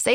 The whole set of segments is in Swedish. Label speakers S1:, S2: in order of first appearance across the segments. S1: Say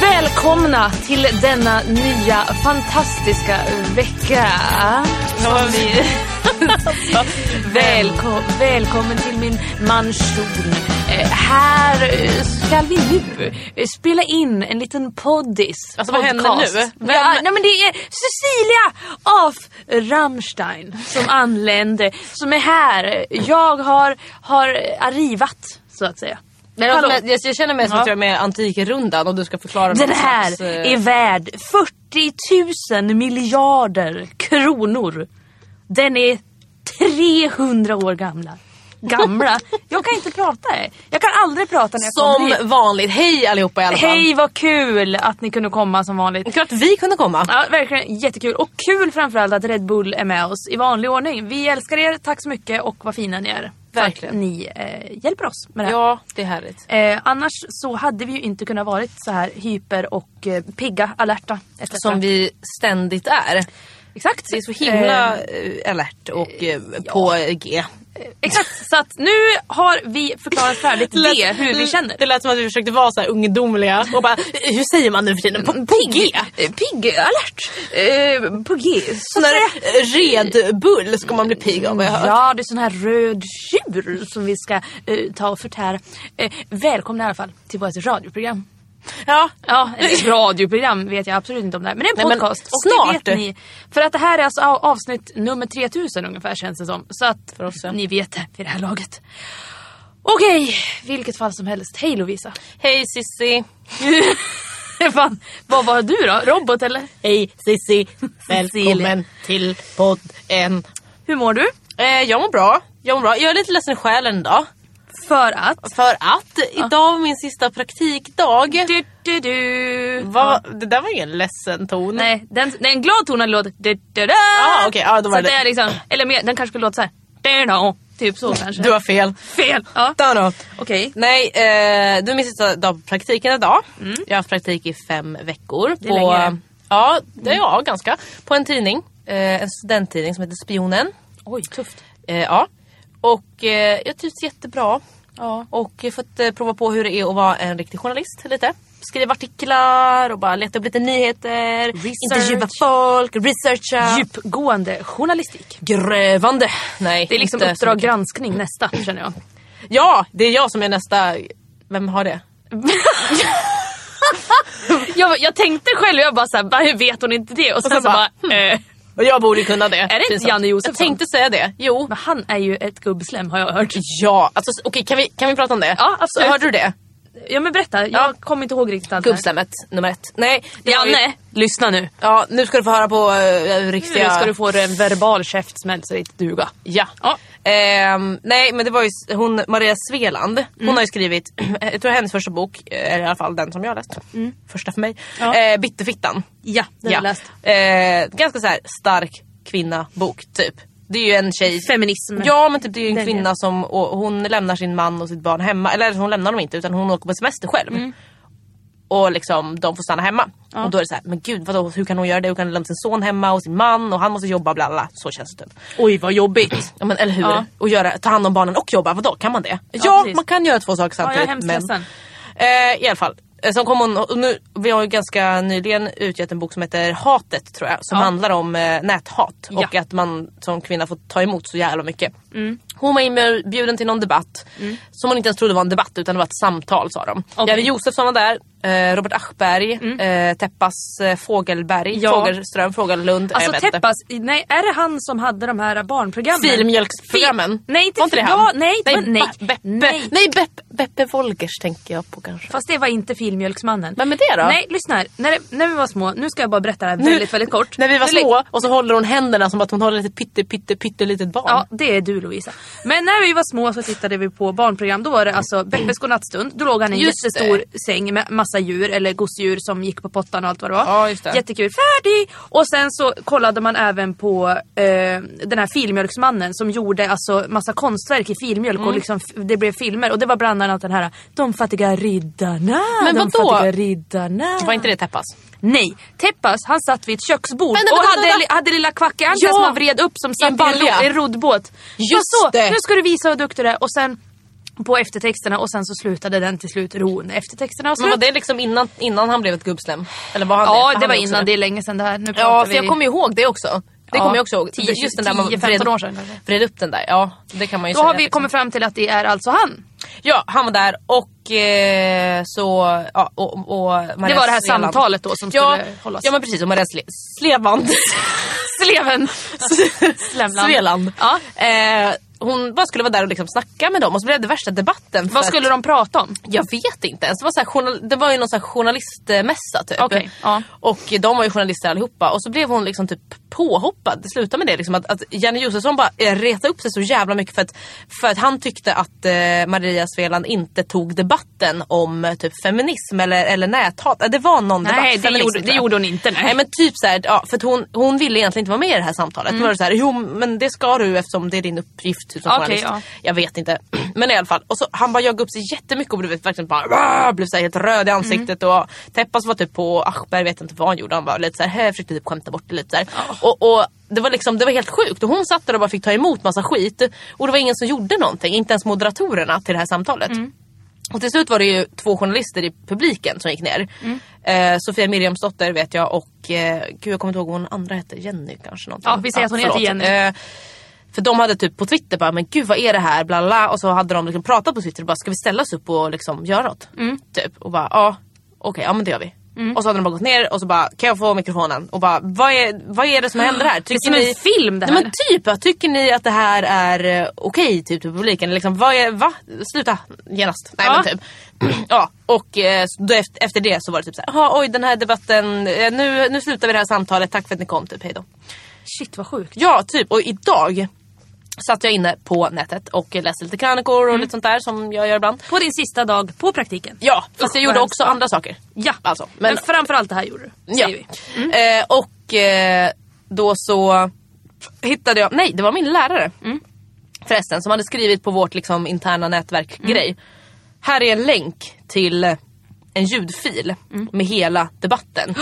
S2: Välkomna till denna nya fantastiska vecka. Som vi... Välko- välkommen till min mansion. Eh, här eh, ska vi nu eh, spela in en liten poddis.
S3: Alltså, vad händer
S2: podcast.
S3: nu? Vem-
S2: Ja, nej, men det är Cecilia af Rammstein som anländer, som är här. Jag har, har arrivat, så att säga.
S3: Nej, alltså,
S2: Hallå.
S3: jag, jag, jag känner mig som att
S2: alltså, Ja.
S3: jag är med i Antikrundan och du ska förklara
S2: Den
S3: någon
S2: här
S3: slags, eh,
S2: är värd 40 000 miljarder kronor. Den är 300 år gamla. Gamla? Jag kan inte prata. Jag kan aldrig prata när jag kommer hit.
S3: Som vanligt. Hej allihopa i alla fall.
S2: Hej vad kul att ni kunde komma som vanligt.
S3: Klart vi kunde komma.
S2: Ja, verkligen jättekul. Och kul framförallt att Red Bull är med oss i vanlig ordning. Vi älskar er, tack så mycket och vad fina ni är. För att
S3: Verkligen.
S2: Ni eh, hjälper oss med det här.
S3: Ja, det är härligt.
S2: Eh, annars så hade vi ju inte kunnat varit så här hyper och eh, pigga, alerta. etc.
S3: Som vi ständigt är.
S2: Exakt.
S3: Det är så himla eh, alert och eh, på G.
S2: Exakt, så att nu har vi förklarat färdigt det, hur vi känner.
S3: Det lät som att vi försökte vara så här ungdomliga och bara, hur säger man nu för tiden? På, på G?
S2: Eh, Pigg, alert, eh, på G.
S3: Sån där red bull ska man bli pigg av har jag hört.
S2: Ja, det är sån här röd tjur som vi ska eh, ta och förtära. Eh, välkomna i alla fall till vårt radioprogram.
S3: Ja.
S2: Ja, ett radioprogram vet jag absolut inte om det här. Men det är en
S3: Nej, men
S2: podcast. och
S3: snart.
S2: Det vet ni, för att det här är alltså av- avsnitt nummer 3000 ungefär känns det som. Så att
S3: För oss, ja.
S2: ni vet det vid det här laget. Okej, vilket fall som helst. Hej Lovisa.
S3: Hej Sissi.
S2: Fan, vad var du då? Robot eller?
S3: Hej Sissi.
S2: Välkommen
S3: till podden.
S2: Hur mår du?
S3: Eh, jag mår bra. Jag mår bra. Jag är lite ledsen i själen idag.
S2: För att...
S3: För att idag var min sista praktikdag.
S2: Du, du, du.
S3: Va? Det där var ingen ledsen ton.
S2: Nej, den, det är en glad ton när det låter... Du, du, du.
S3: Ah, okej, ja, då var
S2: så
S3: det-
S2: det är liksom, Eller mer, den kanske skulle låta så här. Du, du. Typ så kanske.
S3: Du har fel.
S2: fel. Ja.
S3: Dano.
S2: Okej.
S3: Nej, eh, det är min sista dag på praktiken idag. Jag har haft praktik i fem veckor.
S2: Mm. är länge. Mm.
S3: Ja, det är jag ganska. På en tidning. Eh, en studenttidning som heter Spionen.
S2: Oj, tufft.
S3: Eh, ja. Och eh, jag trivs jättebra.
S2: Ja.
S3: Och jag har fått eh, prova på hur det är att vara en riktig journalist lite. Skriva artiklar och bara leta upp lite nyheter.
S2: Research.
S3: Intervjua folk, researcha.
S2: Djupgående journalistik.
S3: Grävande. Nej,
S2: Det är liksom
S3: inte så
S2: Uppdrag
S3: mycket.
S2: granskning nästa, känner jag.
S3: Ja, det är jag som är nästa... Vem har det?
S2: jag. Jag tänkte själv, jag bara såhär, hur vet hon inte det? Och sen,
S3: sen
S2: så bara...
S3: bara, hmm.
S2: eh,
S3: Och jag borde kunna det.
S2: det inte
S3: Pinsamt.
S2: Janne Josefsson?
S3: Jag tänkte säga det. Jo.
S2: men han är ju ett gubbslem har jag hört.
S3: Ja, alltså s- okej kan, vi, kan vi prata om det?
S2: Ja, absolut.
S3: Så hörde du det?
S2: Ja men berätta, jag kommer inte ihåg riktigt allt. det här.
S3: Gubbslemmet nummer ett. Nej, det var ju-
S2: Janne, lyssna nu.
S3: Ja, nu ska du få höra på uh, riktiga...
S2: Nu ska du få en verbal käftsmäll så det inte duga.
S3: Ja.
S2: Ja.
S3: Ehm, nej men det var ju s- hon, Maria Sveland. Hon
S2: Mm.
S3: har ju skrivit, jag tror hennes första bok, eh, eller i alla fall den som jag har läst. Första för mig.
S2: Mm. Ja.
S3: Eh, Bitterfittan.
S2: Ja, den har jag läst.
S3: Eh, ganska så här stark kvinna bok typ. Det är ju en tjej.
S2: Feminism.
S3: Ja men typ det är ju en
S2: Den,
S3: kvinna som och hon lämnar sin man och sitt barn hemma. Eller hon lämnar dem inte utan hon åker på semester själv.
S2: Mm.
S3: Och liksom de får stanna hemma. Och då är det så här, men gud vadå, hur kan hon göra det? Hur kan hon lämna sin son hemma och sin man och han måste jobba bla bla. bla. Så känns det. typ.
S2: Oj vad jobbigt.
S3: Ja men eller hur?
S2: Ja.
S3: Och göra, ta hand om barnen och jobba, vadå kan man det? Ja,
S2: precis.
S3: man kan göra två saker
S2: Ja, jag är
S3: samtidigt.
S2: hemskt
S3: men-
S2: ledsen.
S3: Eh, I alla fall. Eh, Sen kom hon, och nu, vi har ju ganska nyligen utgett en bok som heter Hatet tror jag. Som
S2: Ja.
S3: handlar om eh, näthat
S2: Ja. Mm.
S3: och att man som kvinna får ta emot så jävla mycket. Hon var inbjuden till någon debatt som hon inte ens trodde var en debatt utan det var ett samtal sa de.
S2: Okej. Mm.
S3: Jerry Josefsson var där, eh, Robert Aschberg, eh, Teppas eh, Fågelberg,
S2: Ja.
S3: Fågelström, Fågelund. eh,
S2: Alltså
S3: jag vet inte.
S2: Teppas, nej är det han som hade de här barnprogrammen?
S3: Filmjölksprogrammen.
S2: Fi- nej inte,
S3: Var inte det
S2: fi-
S3: han?
S2: ja, nej, det var- nej,
S3: Be- Beppe,
S2: nej.
S3: nej. nej Beppe, Beppe Wolgers tänker jag på kanske.
S2: Fast det var inte filmjölksmannen.
S3: Vem är det då?
S2: Nej lyssna här, när, det, när vi var små, nu ska jag bara berätta det här väldigt väldigt kort.
S3: När vi var
S2: Nu lä-
S3: små och så håller hon händerna som att hon håller ett pytte pytte pyttelitet barn.
S2: Ja, det är du Lovisa. Men när vi var små så tittade vi på barnprogram. Då var det alltså Beppes godnattstund. Då låg han i en
S3: Just
S2: jättestor säng med massa djur, eller gosedjur som gick på pottan och allt vad det var.
S3: Ja, just det.
S2: Jättekul. Färdig! Och sen så kollade man även på eh, den här filmjölksmannen som gjorde alltså massa konstverk i filmjölk
S3: Mm.
S2: och liksom, f- det blev filmer. Och det var bland annat den här De fattiga riddarna.
S3: Men
S2: de
S3: vadå?
S2: fattiga riddarna.
S3: Var inte det Teppas?
S2: Nej, Teppas han satt vid ett köksbord
S3: Vänta,
S2: och
S3: vänta,
S2: hade,
S3: vänta.
S2: hade lilla kvackeankan
S3: Ja.
S2: som han vred upp som satt i en,
S3: balja.
S2: ro- i en roddbåt.
S3: Just
S2: Bara så,
S3: det.
S2: Nu ska du visa hur duktig du är och sen på eftertexterna och sen så slutade den till slut ro när eftertexterna var
S3: Men
S2: slut.
S3: var det liksom innan, innan han blev ett gubbslem? Eller var han
S2: ja,
S3: För
S2: det
S3: han
S2: var
S3: är också
S2: innan, det är länge sedan det här. Nu
S3: Ja,
S2: pratar
S3: för
S2: vi...
S3: jag kommer ju ihåg det också. Det
S2: Ja,
S3: kommer jag också ihåg.
S2: 10,
S3: Just den där man
S2: 10,
S3: vred,
S2: 15 år sedan kanske.
S3: vred upp den där. Ja, det kan man ju
S2: Då
S3: säga.
S2: har vi
S3: liksom.
S2: kommit fram till att det är alltså han.
S3: Ja, han var där och eh, så... Ja, och, och Maria
S2: det var det här
S3: Svealand.
S2: samtalet då som
S3: Ja,
S2: skulle hållas.
S3: ja, men precis. Och Maria Sle- Slevand.
S2: Sleven. Slemland.
S3: Sveland.
S2: Ja.
S3: Eh, hon bara skulle vara där och liksom snacka med dem och så blev det värsta debatten. för
S2: Vad skulle
S3: att,
S2: de prata om?
S3: Jag vet inte ens. Det var, så här, journal, det var ju någon så här journalistmässa typ.
S2: Okej, ja.
S3: Och de var ju journalister allihopa och så blev hon liksom typ påhoppad. Det slutade med det liksom att, att Jenny Josefsson bara eh, retade upp sig så jävla mycket för att, för att han tyckte att eh, Maria Sveland inte tog debatten om eh, typ feminism eller, eller näthat. Eh, Det var någon
S2: Nej,
S3: debatt.
S2: det
S3: feminism,
S2: gjorde-
S3: tror
S2: det
S3: jag.
S2: gjorde hon inte, nej.
S3: men typ så här, ja, för att hon, hon ville egentligen inte vara med i det här samtalet.
S2: Mm.
S3: Då var det så här, jo men det ska du eftersom det är din uppgift typ, som
S2: Okej,
S3: journalist.
S2: ja.
S3: Jag vet inte. Men i alla fall. Och så, han bara jagade upp sig jättemycket och du vet, verkligen bara, "Rah!" blev så här helt röd i
S2: Mm.
S3: ansiktet. Och Teppas var typ på Aschberg, vet inte vad han gjorde. Han var lite så här, "Hä", försökte typ skämta bort det lite. Så här. Och, och det, var liksom, det var helt sjukt. Och hon satt där och bara fick ta emot massa skit. Och det var ingen som gjorde någonting. Inte ens moderatorerna till det här samtalet.
S2: Mm.
S3: Och till slut var det ju två journalister i publiken som gick ner.
S2: Mm.
S3: Eh, Sofia Miriamsdotter vet jag och eh, gud jag kommer inte ihåg vad hon andra hette, Jenny kanske någonting.
S2: Ja, vi säger att hon heter
S3: förlåt.
S2: Jenny.
S3: Eh, för de hade typ på Twitter bara, men gud vad är det här? Bla, bla, bla. Och så hade de liksom pratat på Twitter och bara, ska vi ställa oss upp och liksom göra något?
S2: Mm.
S3: Typ. Och bara, ja okej, ja men det gör vi. Och så hade de bara gått ner och så bara, kan jag få mikrofonen? Och bara, vad är, vad är det som händer här?
S2: Det är som en film det
S3: Nej,
S2: här.
S3: men typ, ja, tycker ni att det här är eh, okej typ till publiken? Liksom, vad är, va? Sluta genast. Nej
S2: Ja.
S3: men typ. ja, och eh, så då efter, efter det så var det typ så här, "Jaha, oj den här debatten, eh, nu, nu slutar vi det här samtalet, tack för att ni kom typ, hejdå.
S2: Shit vad sjukt.
S3: Ja, typ. Och idag satt jag inne på nätet och läste lite krönikor
S2: Mm.
S3: och lite sånt där som jag gör ibland.
S2: På din sista dag på praktiken.
S3: Ja, fast
S2: Usch,
S3: jag gjorde
S2: vad
S3: också
S2: hemskt.
S3: andra saker.
S2: Ja,
S3: Alltså,
S2: men,
S3: men-
S2: framförallt det här gjorde du.
S3: Ja.
S2: Säger vi.
S3: Eh, och eh, då så hittade jag, nej det var min lärare
S2: Mm.
S3: förresten som hade skrivit på vårt liksom, interna nätverk
S2: Mm.
S3: grej. Här är en länk till eh, en ljudfil
S2: Mm.
S3: med hela debatten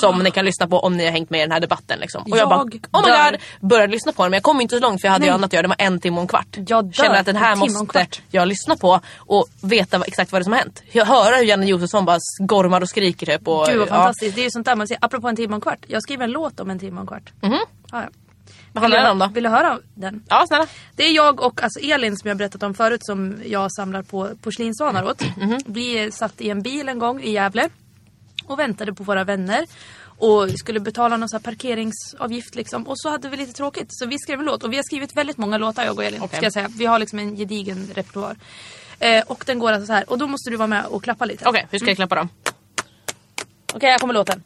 S3: som ni kan lyssna på om ni har hängt med i den här debatten. Liksom. Och jag,
S2: Jag
S3: bara, oh my
S2: dör.
S3: god, började lyssna på den men jag kom inte så långt för jag hade ju annat att göra, det var en timme och en kvart.
S2: Jag dör.
S3: Känner att den här
S2: En timme och en
S3: måste
S2: kvart.
S3: jag lyssna på och veta exakt vad det är som har hänt. Jag hör hur Janne Josefsson bara gormar och skriker typ. Och,
S2: Gud vad
S3: ja.
S2: fantastiskt. Det är ju sånt där man säger, apropå en timme och en kvart. Jag skriver en låt om en timme och en kvart. Mm. Ja, ja.
S3: Mhm. Vad handlar
S2: vill,
S3: den om
S2: du-
S3: då?
S2: Vill du höra den?
S3: Ja snälla.
S2: Det är jag och alltså Elin som jag berättat om förut som jag samlar på porslinsvanar åt.
S3: Mhm.
S2: Vi eh, satt i en bil en gång i Gävle och väntade på våra vänner och skulle betala någon så här parkeringsavgift liksom. Och så hade vi lite tråkigt så vi skrev en låt och vi har skrivit väldigt många låtar jag och Elin ska jag säga. Vi har liksom en gedigen repertoar. Eh, och den går alltså så här och då måste du vara med och klappa lite.
S3: Okej, hur ska jag klappa då?
S2: Okej, här kommer låten.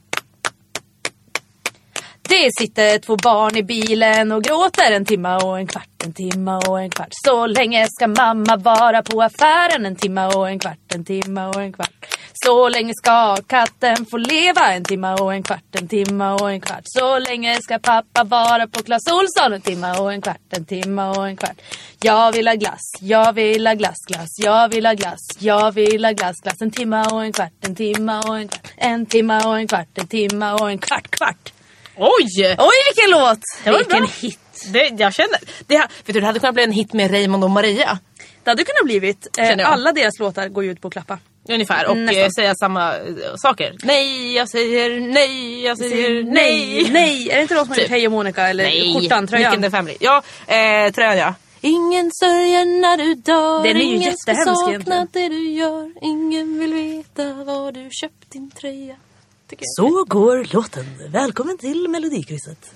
S2: Det sitter två barn i bilen och gråter en timma och en kvart, en timma och en kvart. Så länge ska mamma vara på affären en timma och en kvart, en timma och en kvart. Så länge ska katten få leva en timma och en kvart, en timma och en kvart. Så länge ska pappa vara på Clas Ohlson en timma och en kvart, en timma och en kvart. Jag vill ha glass, jag vill ha glass, glass, jag vill ha glass, jag vill ha glass, glass. En timma och en kvart, en timma och en kvart, en timma och en kvart, en timma och en kvart, kvart.
S3: Oj!
S2: Oj vilken låt!
S3: Det var
S2: vilken
S3: bra.
S2: hit!
S3: Det, jag känner, det, här- vet du, det hade kunnat bli en hit med Raymond och Maria.
S2: Det hade kunnat blivit.
S3: Känner
S2: Eh,
S3: jag.
S2: alla deras låtar går ju ut på att klappa.
S3: Ungefär och
S2: Nästan.
S3: eh, säga samma eh, saker. Nej, jag säger nej, jag säger nej.
S2: nej! Nej! Är det inte de som har
S3: Typ.
S2: gjort Hej och Monica eller
S3: Nej.
S2: skjortan,
S3: Nick and the
S2: tröjan?
S3: family. Ja, eh, tröjan ja. Ingen sörjer när du dör.
S2: Den är ju
S3: Ingen ska
S2: jättehemsk
S3: sakna
S2: egentligen.
S3: det du gör. Ingen vill veta var du köpt din tröja. Så går låten. Välkommen till Melodikrysset.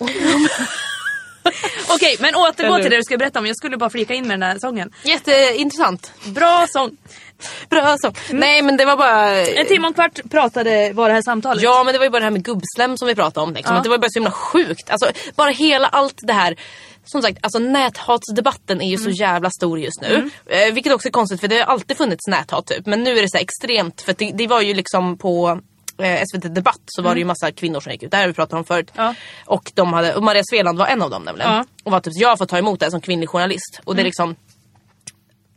S2: Okej, men återgå
S3: Eller-
S2: till det du skulle berätta om. Jag skulle bara flika in med den här sången.
S3: Jätteintressant. Mm.
S2: Bra sång!
S3: Bra så. Nej men det var bara...
S2: En timme och en kvart pratade var det här samtalet.
S3: Ja men det var ju bara det här med gubbslem som vi pratade om. Liksom.
S2: Ja.
S3: Att det var ju bara så himla sjukt. Alltså, bara hela allt det här. Som sagt, alltså näthatsdebatten är ju
S2: Mm.
S3: så jävla stor just nu. Eh, vilket också är konstigt för det har alltid funnits näthat typ. Men nu är det så här extremt. För att det, det var ju liksom på eh, SVT Debatt så var det ju massa kvinnor som gick ut. Det här har vi pratat om förut.
S2: Mm. Ja.
S3: Och, de hade, och Maria Sveland var en av dem nämligen.
S2: Ja. Mm.
S3: Och var typ, jag har fått ta emot det här som kvinnlig journalist. Och det är liksom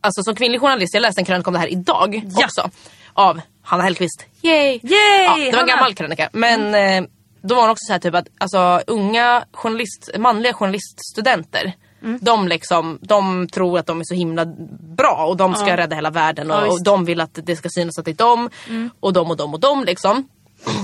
S3: Alltså som kvinnlig journalist, jag läste en krönika om det här idag
S2: Ja.
S3: också. Av Hanna Hellquist. Yay! Ja, det var en
S2: Hanna!
S3: gammal krönika. Men eh, då var det också så här typ att alltså, unga journalist, manliga journaliststudenter
S2: Mm.
S3: De, liksom, de tror att de är så himla bra och de ska rädda hela världen och,
S2: Ja, visst. Mm.
S3: och de vill att det ska synas att det är de och de och de och de liksom.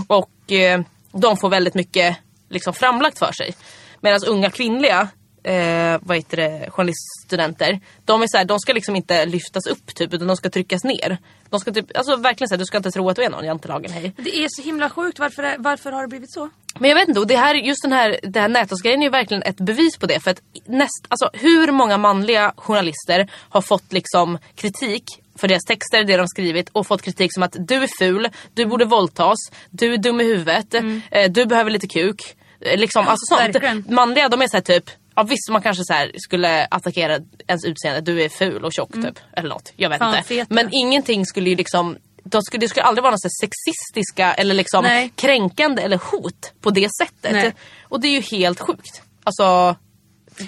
S3: Och eh, de får väldigt mycket liksom, framlagt för sig. Medan unga kvinnliga eh, vad heter det, journaliststudenter, de, är så här, de ska liksom inte lyftas upp typ, utan de ska tryckas ner. De ska typ, alltså, verkligen så här, du ska inte tro att du är någon jantelagen, hej.
S2: Det är så himla sjukt. Varför, är- varför har det blivit så?
S3: Men jag vet inte, och det här, just den här, det här näthatsgrejen är ju verkligen ett bevis på det. För att näst, alltså, hur många manliga journalister har fått liksom kritik för deras texter, det de skrivit och fått kritik som att du är ful, du borde våldtas, du är dum i huvudet, eh, du behöver lite kuk. Eh, Liksom, alltså
S2: Mm. verkligen.
S3: sånt. Manliga de är så här typ, ja visst man kanske så här skulle attackera ens utseende, du är ful och tjock
S2: Mm.
S3: typ. Eller något, jag vet
S2: Fan,
S3: inte.
S2: fet du
S3: Men
S2: är.
S3: ingenting skulle ju liksom de skulle, det skulle aldrig vara något så här sexistiska eller liksom
S2: Nej.
S3: kränkande eller hot på det sättet.
S2: Nej.
S3: Och det är ju helt sjukt. Alltså,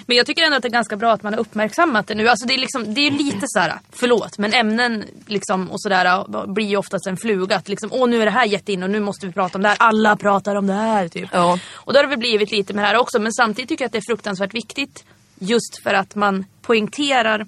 S2: Men jag tycker ändå att det är ganska bra att man har uppmärksammat det nu. Alltså det är liksom, det är ju lite så här, förlåt, men ämnen liksom och sådär blir ju oftast en fluga. Att liksom, åh nu är det här jättein och nu måste vi prata om det här. Alla pratar om det här typ.
S3: Ja.
S2: Och då har det väl blivit lite med det här också. Men samtidigt tycker jag att det är fruktansvärt viktigt just för att man poängterar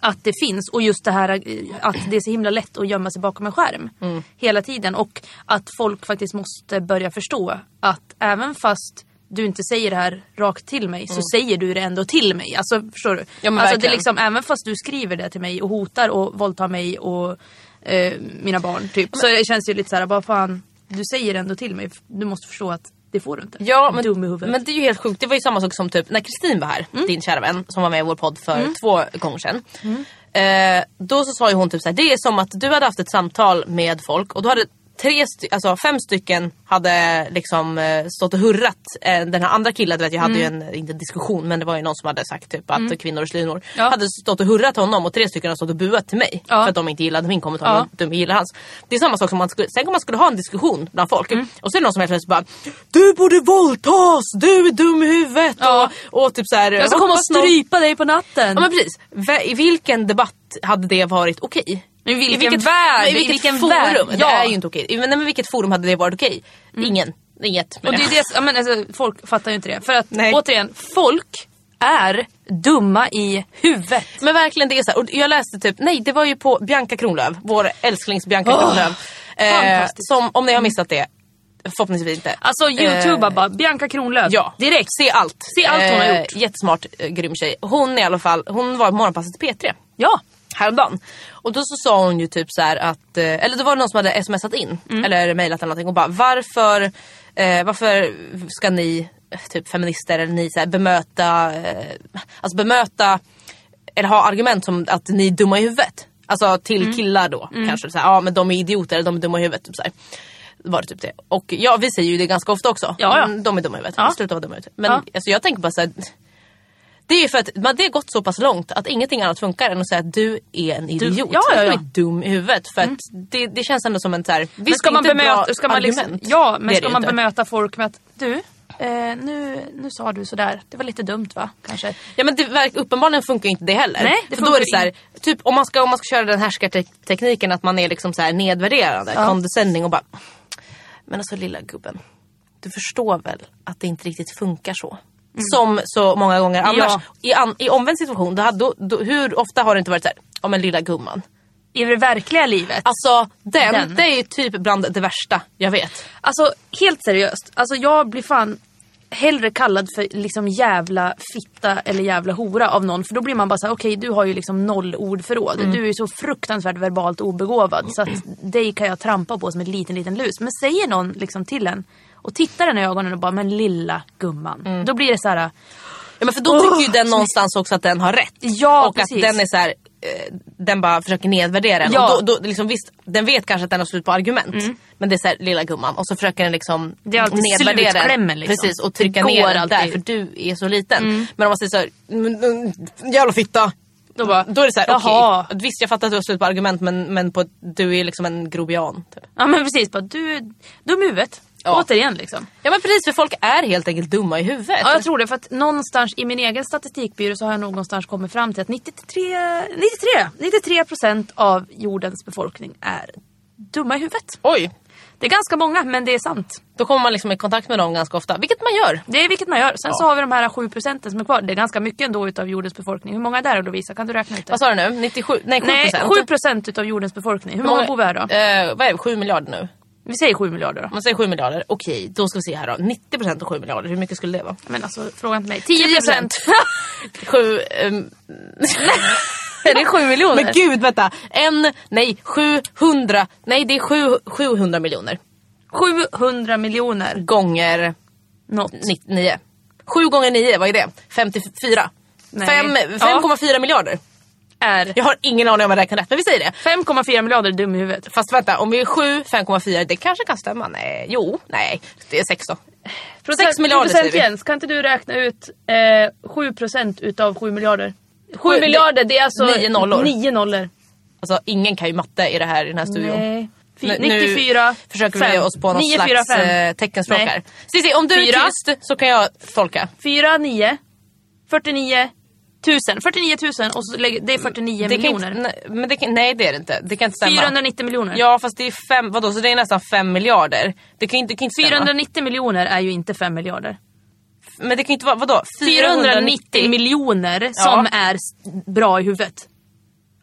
S2: att det finns och just det här eh, att det är så himla lätt att gömma sig bakom en skärm
S3: Mm.
S2: hela tiden och att folk faktiskt måste börja förstå att även fast du inte säger det här rakt till mig så säger du det ändå till mig. Alltså förstår du?
S3: Mm. Ja, men
S2: alltså, det är
S3: verkligen.
S2: liksom, även fast du skriver det till mig och hotar och våldtar mig och eh, mina barn typ så det känns ju lite så här, bara fan du säger det ändå till mig. Du måste förstå att det får du inte.
S3: ja, men,
S2: Dum i huvudet. Mm.
S3: men det är ju helt sjukt. Det var ju samma sak som typ när Kristin var här, din kära vän som var med i vår podd för två gånger sedan. Eh, då så sa ju hon typ så här, det är som att du hade haft ett samtal med folk och då hade tre sty- alltså fem stycken hade liksom eh, stått och hurrat. Eh, den här andra killen, du vet, jag hade
S2: Mm.
S3: ju en, inte en diskussion men det var ju någon som hade sagt typ att kvinnor är slinor.
S2: Ja.
S3: Hade stått och hurrat honom och tre stycken hade stått och buat till mig.
S2: Ja.
S3: För att de inte gillade min kommentar
S2: Ja.
S3: och de inte gillade hans. Det är samma sak som man skulle, tänk om man skulle ha en diskussion bland folk
S2: Mm.
S3: och så är det någon som helt plötsligt bara Du borde våldtas, du är dum i huvudet
S2: Ja.
S3: och, och typ såhär
S2: jag ska komma och
S3: hoppas någon-
S2: strypa dig på natten.
S3: Ja men precis. Vä- I vilken debatt hade det varit okej?
S2: I vilken
S3: vilket-
S2: värld?
S3: I vilket
S2: I vilken
S3: forum?
S2: värld?
S3: Det
S2: Ja. Mm.
S3: är ju inte okej. I- Men, nej, men vilket forum hade det varit okej? Ingen. Inget.
S2: Och det är det, ja, men alltså, folk fattar ju inte det. För att
S3: Nej.
S2: återigen, folk är dumma i huvudet.
S3: Men verkligen det är så här. Och jag läste typ, nej det var ju på Bianca Kronlöf, vår älsklings Bianca
S2: Åh,
S3: Kronlöf. Eh,
S2: fantastiskt.
S3: som, om ni har missat det, förhoppningsvis inte.
S2: Alltså youtube bara, Bianca Kronlöf.
S3: Eh, Ja,
S2: Direkt.
S3: Se allt.
S2: Se allt hon har
S3: Eh,
S2: gjort.
S3: Jättesmart, eh, grym tjej. Hon i alla fall, hon var på morgonpasset på P3
S2: Ja.
S3: häromdagen. Och då så sa hon ju typ så här att, eh, eller då var det någon som hade smsat in
S2: Mm.
S3: eller mejlat eller någonting och bara varför, eh, varför ska ni eh, typ feminister eller ni så här, bemöta, eh, alltså bemöta eller ha argument som att ni är dumma i huvudet. Alltså till
S2: Mm.
S3: killar då kanske. Så här, ja men de är idioter eller de är dumma i huvudet. Typ så här. Var det typ det. Och ja vi säger ju det ganska ofta också.
S2: Ja, ja.
S3: Mm, De är dumma i huvudet.
S2: Ja.
S3: Sluta vara dumma i huvudet. Men
S2: Ja.
S3: alltså, jag tänker bara så här, Det är ju för att man, det har gått så pass långt att ingenting annat funkar än att säga att du är en idiot.
S2: ja, ja, ja.
S3: Du är dum i huvudet. För att det, det känns ändå som en så här,
S2: Men
S3: visst
S2: ska man
S3: inte ett
S2: bemöta,
S3: bra
S2: ska man liksom,
S3: argument.
S2: ja,
S3: Det
S2: men
S3: är
S2: ska
S3: det
S2: man
S3: inte.
S2: bemöta folk med att du, eh, nu, nu sa du sådär, det var lite dumt va? Kanske.
S3: Ja men det verk, uppenbarligen funkar ju inte det heller.
S2: Nej, det
S3: för då är det så
S2: funkar
S3: här, typ om man ska, om man ska köra den härskartekniken att man är liksom så här nedvärderande, condescending och bara Men alltså lilla gubben, du förstår väl att det inte riktigt funkar så? Som så många gånger annars.
S2: Mm. Ja.
S3: I, an, I omvänd situation, då, hade- då, då, hur ofta har det inte varit så här, ja men lilla gumman.
S2: I det verkliga livet.
S3: Alltså den,
S2: Den.
S3: det är ju typ bland det värsta jag vet.
S2: Alltså helt seriöst, alltså jag blir fan hellre kallad för liksom jävla fitta eller jävla hora av någon för då blir man bara såhär okej du har ju liksom noll ordförråd. Du är ju så fruktansvärt verbalt obegåvad så att dig kan jag trampa på som en liten liten lus. Men säger någon liksom till en och tittar den i ögonen och bara men lilla gumman. Då blir det så här.
S3: Ja, men för då tycker ju den någonstans också att den har rätt.
S2: Ja,
S3: och
S2: precis.
S3: att den är så här, eh, den bara försöker nedvärdera en.
S2: Ja. Mm.
S3: Och då, då, liksom, visst, den vet kanske att den har slut på argument. Men det är så här, lilla gumman. Och så försöker den liksom
S2: Det är alltid
S3: nedvärdera
S2: slutklämmen, liksom.
S3: Precis, och
S2: Det
S3: trycka
S2: går
S3: ner den där
S2: alltid.
S3: för du är så liten. Men om man säger så här, "Mm, mm, jävla fitta. Då, då är det så här, okej.
S2: Jaha.
S3: Visst jag fattar att du har slut på argument men, men på, du är liksom en grobian. Typ.
S2: Ja men precis bara du är dum i huvudet.
S3: Ja.
S2: Återigen liksom.
S3: Ja men precis för folk är helt enkelt dumma i huvudet.
S2: Ja, jag tror det. För att någonstans i min egen statistikbyrå så har jag någonstans kommit fram till att 93, 93, 93 procent av jordens befolkning är dumma i huvudet.
S3: Oj,
S2: Det är ganska många, men det är sant.
S3: då kommer man liksom i kontakt med dem ganska ofta. Vilket man gör.
S2: Det är vilket man gör. Sen så
S3: Ja.
S2: har vi de här 7 procenten som är kvar. Det är ganska mycket ändå utav jordens befolkning. Hur många är det där Lovisa? Kan du räkna ut det?
S3: Vad sa du nu? 97? Nej 7%.
S2: Nej, 7 procent utav jordens befolkning. Hur många bor vi här då?
S3: Eh, vad är det? 7 miljarder nu?
S2: Vi säger 7 miljarder då.
S3: Man säger 7 miljarder. Okej, då ska vi se här då. 90% av 7 miljarder, hur mycket skulle det vara?
S2: Men alltså, fråga inte mig. 10 procent!
S3: 7... Um, är det 7 miljoner? Men gud vänta! En, nej 700, nej det är 7, 700 miljoner.
S2: 700 miljoner.
S3: Gånger
S2: Något.
S3: 9. 7 gånger 9, vad är det? 54?
S2: Nej.
S3: Fem-
S2: Ja.
S3: 5,4 miljarder.
S2: Är
S3: Jag har ingen aning om jag räknar rätt men vi säger det.
S2: 5,4 miljarder dum i huvudet.
S3: Fast vänta, om vi är 7, 5,4, det kanske kan stämma? Nej, jo, nej, det är 6 då.
S2: Procent-
S3: 6 miljarder
S2: Producent
S3: säger vi.
S2: Jens, kan inte du räkna ut eh, 7 procent utav 7 miljarder? 7
S3: Sju-
S2: miljarder, det är alltså
S3: nio nollor.
S2: nio nollor.
S3: Alltså ingen kan ju matte i, det här, i den här studion.
S2: Nej. Fy-
S3: Nu-
S2: 94,
S3: Nu försöker vi
S2: fem.
S3: ge oss på något
S2: 9,
S3: slags
S2: fyra, fem.
S3: eh, teckenspråk
S2: Nej.
S3: här. Cissi, om du
S2: Fyra.
S3: är tyst så kan jag tolka.
S2: 4, 9, 49 tusen. 49 tusen och så lägger, det är 49
S3: Det kan inte,
S2: miljoner.
S3: nej, men det kan, nej det är det inte. Det kan inte stämma.
S2: 490 miljoner.
S3: Ja fast det är fem, vadå så det är nästan 5 miljarder. Det kan, inte- det kan inte stämma.
S2: 490 miljoner är ju inte 5 miljarder.
S3: Men det kan inte vara, vadå?
S2: 490 miljoner som är s- bra i huvudet.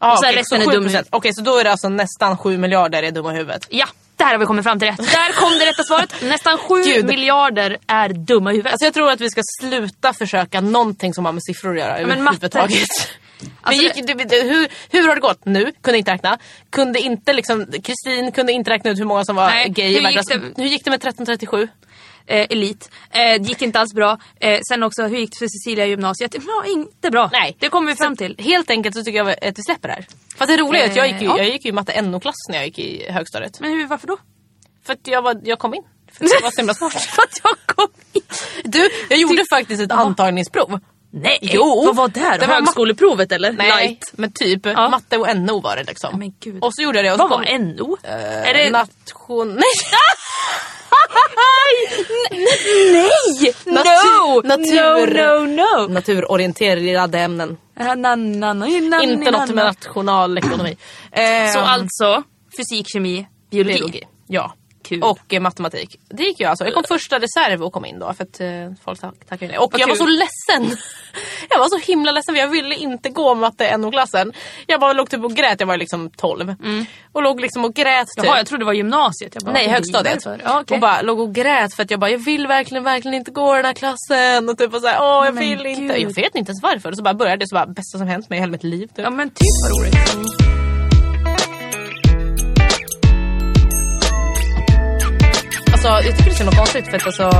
S3: Ja,
S2: och sen
S3: Ah, okej,
S2: resten
S3: så
S2: är dum i
S3: 7%.
S2: huvudet.
S3: Okej så då är det alltså nästan 7 miljarder är dumma i huvudet.
S2: Ja, där har vi kommit fram till det. Där kom det rätta svaret. Nästan 7
S3: Gud.
S2: miljarder är dumma i huvudet.
S3: Alltså jag tror att vi ska sluta försöka någonting som har med siffror att göra
S2: men matte-
S3: överhuvudtaget.
S2: Alltså
S3: vi gick, du- du- hur, hur har det gått nu? Kunde inte räkna. Kunde inte liksom, Kristin kunde inte räkna ut hur många som var
S2: Nej,
S3: gay
S2: hur
S3: i
S2: gick
S3: världen. Alltså,
S2: det-
S3: Hur gick det med 1337?
S2: eh, elit. Eh, det gick inte alls bra. Eh, sen också, hur gick det för Cecilia i gymnasiet? Ja, inte bra.
S3: Nej.
S2: Det kommer vi fram
S3: Så
S2: till.
S3: Helt enkelt så tycker jag att vi släpper det här. Fast det roliga är att jag gick ju,
S2: Eh, ja.
S3: jag gick ju matte NO-klass när jag gick i högstadiet.
S2: Men hur, varför då?
S3: För att jag, var, jag kom in. För att jag var så himla smart. för att jag kom in. Du, jag gjorde faktiskt ett antagningsprov.
S2: Nej,
S3: Jo.
S2: Typ- Eh, vad var det här?
S3: Det var ma-
S2: Högskoleprovet eller?
S3: Nej,
S2: Light.
S3: men typ.
S2: Ja.
S3: Matte och NO var det liksom.
S2: Men gud.
S3: Och så gjorde jag det. Och så
S2: Vad
S3: kom-
S2: var NO?
S3: Eh,
S2: är det... Ah!
S3: Nation... Nej!
S2: Nej!
S3: Natu-
S2: No!
S3: natur-
S2: No, no, no!
S3: Naturorienterade ämnen.
S2: Na, na, na, na, na,
S3: Inte
S2: na,
S3: något
S2: na.
S3: med nationalekonomi. Eh,
S2: Så alltså, fysik, kemi, biologi.
S3: biologi. Ja.
S2: Kul.
S3: Och eh, matematik. Det gick ju alltså. Jag kom första reserv och kom in då för att eh, folk tack- tackade nej. Och jag var
S2: kul.
S3: så ledsen. Jag var så himla ledsen för jag ville inte gå matte NO-klassen. Jag bara låg typ och grät. Jag var liksom 12. Och låg liksom och grät typ.
S2: Mm. Jaha, jag trodde det var gymnasiet. Jag bara,
S3: Nej,
S2: vad
S3: högstadiet.
S2: driver du för? Ja, okej.
S3: Och bara låg och grät för att jag bara, jag vill verkligen, verkligen inte gå i den här klassen. Och typ och så här, åh jag
S2: Men
S3: vill inte.
S2: gud.
S3: Jag vet inte ens varför. Och så bara började det så bara, bästa som hänt mig i hela mitt liv. Typ.
S2: Ja men typ vad roligt.
S3: Alltså jag tycker det är så himla konstigt för att alltså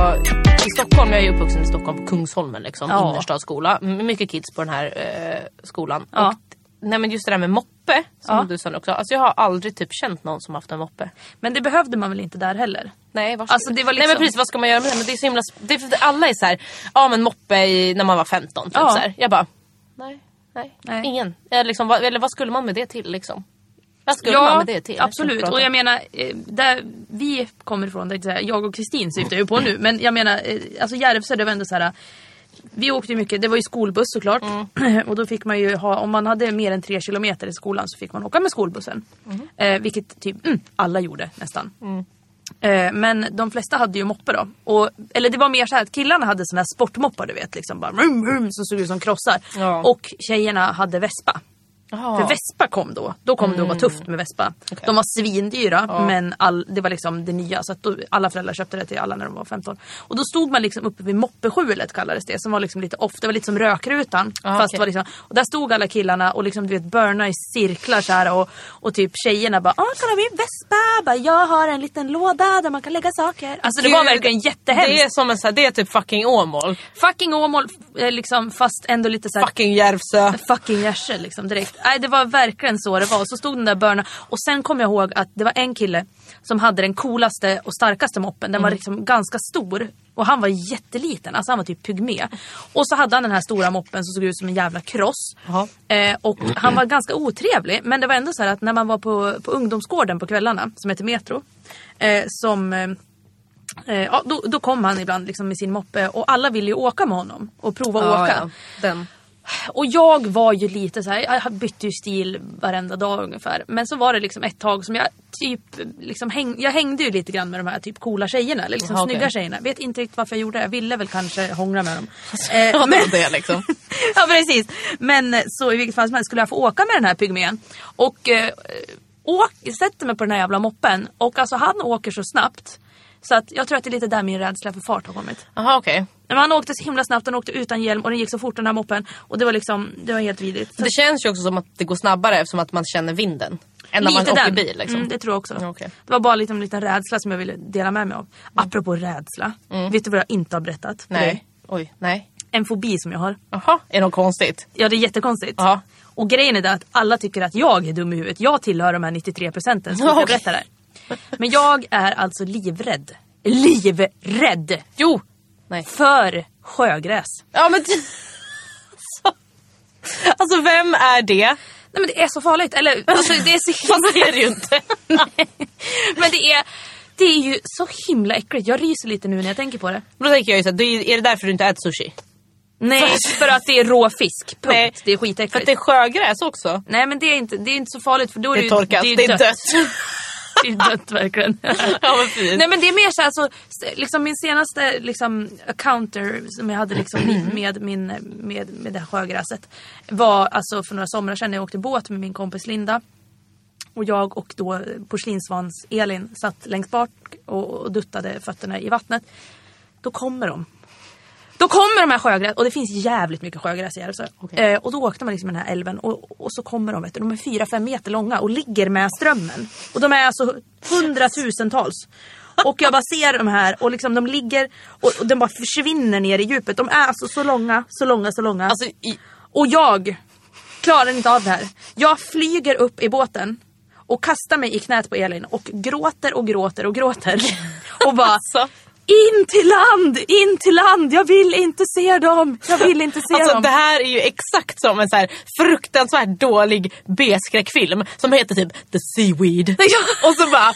S3: i Stockholm, jag är ju uppvuxen i Stockholm, på Kungsholmen liksom,
S2: Ja.
S3: innerstadsskola. M- Mycket kids på den här eh, skolan.
S2: Ja.
S3: Och, nej men just det där med moppe moppe, som
S2: Ja.
S3: du sa nu också. Alltså jag har aldrig typ känt någon som haft en moppe.
S2: Men det behövde man väl inte där heller?
S3: Nej, varsågod.
S2: Alltså, det var liksom-
S3: Nej men precis, vad ska man göra med det? Men det är så himla... Det är, för- alla är så här, ja men moppe i, när man var 15 typ
S2: Ja.
S3: så här. Jag bara, nej, nej,
S2: Nej.
S3: ingen. Eller, liksom, vad, eller vad skulle man med det till liksom? Vad skulle man med det till?
S2: absolut. Och jag menar, eh, där vi kommer ifrån, det är så här, jag och Kristin syftar ju på nu, men jag menar, eh, alltså Järvsö det var ändå så här. Vi åkte ju mycket, det var ju skolbuss såklart.
S3: Mm.
S2: Och då fick man ju ha, om man hade mer än tre kilometer i skolan så fick man åka med skolbussen.
S3: Mm.
S2: Eh, vilket typ mm, alla gjorde nästan. Eh, men de flesta hade ju moppe då. Och, eller det var mer så här att killarna hade såna här sportmoppar du vet. Liksom bara rum, rum, som såg ut som krossar.
S3: Ja.
S2: Och tjejerna hade vespa. För Vespa kom då. Då kom det att vara tufft med Vespa. De var svindyra men all, det var liksom det nya. Så att då, alla föräldrar köpte det till alla när de var 15. Och då stod man liksom uppe vid moppeskjulet kallades det. Som var liksom lite off. Det var lite som rökrutan. fast
S3: okej.
S2: det var liksom, och där stod alla killarna och liksom, du vet, burna i cirklar så här, och, och typ tjejerna bara ah, “Kolla min Vespa!” bara, “Jag har en liten låda där man kan lägga saker”. Alltså det var
S3: Gud,
S2: verkligen
S3: Det
S2: jättehemskt.
S3: är som en så här, det är typ fucking Åmål.
S2: Fucking Åmål eh, liksom, fast ändå lite så här
S3: Fucking Järvsö.
S2: fucking Jersey liksom direkt. Nej det var verkligen så det var. Och så stod den där börna och sen kom jag ihåg att det var en kille som hade den coolaste och starkaste moppen. Den var liksom ganska stor och han var jätteliten, alltså han var typ pygmé. Och så hade han den här stora moppen som såg ut som en jävla kross.
S3: Jaha.
S2: Eh, och han var ganska otrevlig men det var ändå så här att när man var på, på ungdomsgården på kvällarna som heter Metro. Eh, som... Eh, eh, ja, då, då kom han ibland liksom med sin moppe och alla ville ju åka med honom och prova att åka.
S3: Den.
S2: Och jag var ju lite så här, jag bytte ju stil varenda dag ungefär. Men så var det liksom ett tag som jag typ, liksom häng, jag hängde ju lite grann med de här typ coola tjejerna, eller liksom
S3: Jaha,
S2: snygga
S3: okej.
S2: tjejerna. Vet inte riktigt varför jag gjorde det, jag ville väl kanske hångla med dem.
S3: Ja,
S2: Eh,
S3: det var det liksom.
S2: ja precis. Men eh, så i vilket fall som helst skulle jag få åka med den här pygmén. Och eh, åk, sätter mig på den här jävla moppen och alltså han åker så snabbt. Så att jag tror att det är lite där min rädsla för fart har kommit.
S3: Jaha okej.
S2: Men han åkte så himla snabbt, han åkte utan hjälm och den gick så fort den här moppen. Och det var liksom, det var helt vidrigt. Så
S3: Det känns ju också som att det går snabbare eftersom att man känner vinden. Än när man
S2: lite
S3: åker
S2: den.
S3: bil liksom.
S2: Mm, det tror jag också.
S3: Ja, okej. Mm.
S2: Det var bara lite en liten rädsla som jag ville dela med mig av. Apropå rädsla. Vet du vad jag inte har berättat? för dig?
S3: Nej. Oj, nej.
S2: En fobi som jag har.
S3: Jaha, är det något konstigt?
S2: Ja det är jättekonstigt.
S3: Ja.
S2: Och grejen är det att alla tycker att jag är dum i huvudet. Jag tillhör de här 93 procenten som
S3: Ja,
S2: brukar
S3: okej.
S2: berätta det här. Men jag är alltså livrädd. Livrädd!
S3: Jo! Nej.
S2: För sjögräs.
S3: Ja men... alltså. alltså vem är det?
S2: Nej men det är så farligt. Eller alltså, det är så himla...
S3: Fast det är det ju inte.
S2: Men det är, det är ju så himla äckligt. Jag ryser lite nu när jag tänker på det.
S3: Då tänker jag ju såhär, är är det därför du inte äter sushi?
S2: Nej, för att det är rå fisk. Punkt.
S3: Nej.
S2: Det är
S3: För att
S2: skitäckligt.
S3: det är sjögräs också.
S2: Nej men det är, inte, det är inte så farligt för då är
S3: Det
S2: ju-
S3: torkas,
S2: ju
S3: det är dött.
S2: Det är dött verkligen.
S3: Ja, vad fint.
S2: Nej men det är mer så här, så, liksom min senaste liksom, counter som jag hade liksom, min-
S3: Mm.
S2: med, min, med, med det här sjögräset var alltså för några somrar sedan när jag åkte båt med min kompis Linda. Och jag och då porslinsvans-Elin satt längst bak och, och duttade fötterna i vattnet. Då kommer de. Då kommer de här sjögräs och det finns jävligt mycket sjögräs i Järvsö. Eh, och då åkte man liksom i den här älven och, och så kommer de, vet du, de är fyra fem meter långa och ligger med strömmen. Och de är alltså hundratusentals. Och jag bara ser de här och liksom de ligger och, och de bara försvinner ner i djupet. De är alltså så långa, så långa, så långa.
S3: Alltså, i,
S2: Och jag klarar inte av det här. Jag flyger upp i båten och kastar mig i knät på Elin och gråter och gråter och gråter. Och bara
S3: Alltså.
S2: in till land, in till land, jag vill inte se dem, jag vill inte se
S3: alltså
S2: dem.
S3: det här är ju exakt som en så här fruktansvärt dålig B-skräckfilm som heter typ The Seaweed.
S2: Ja.
S3: Och så bara,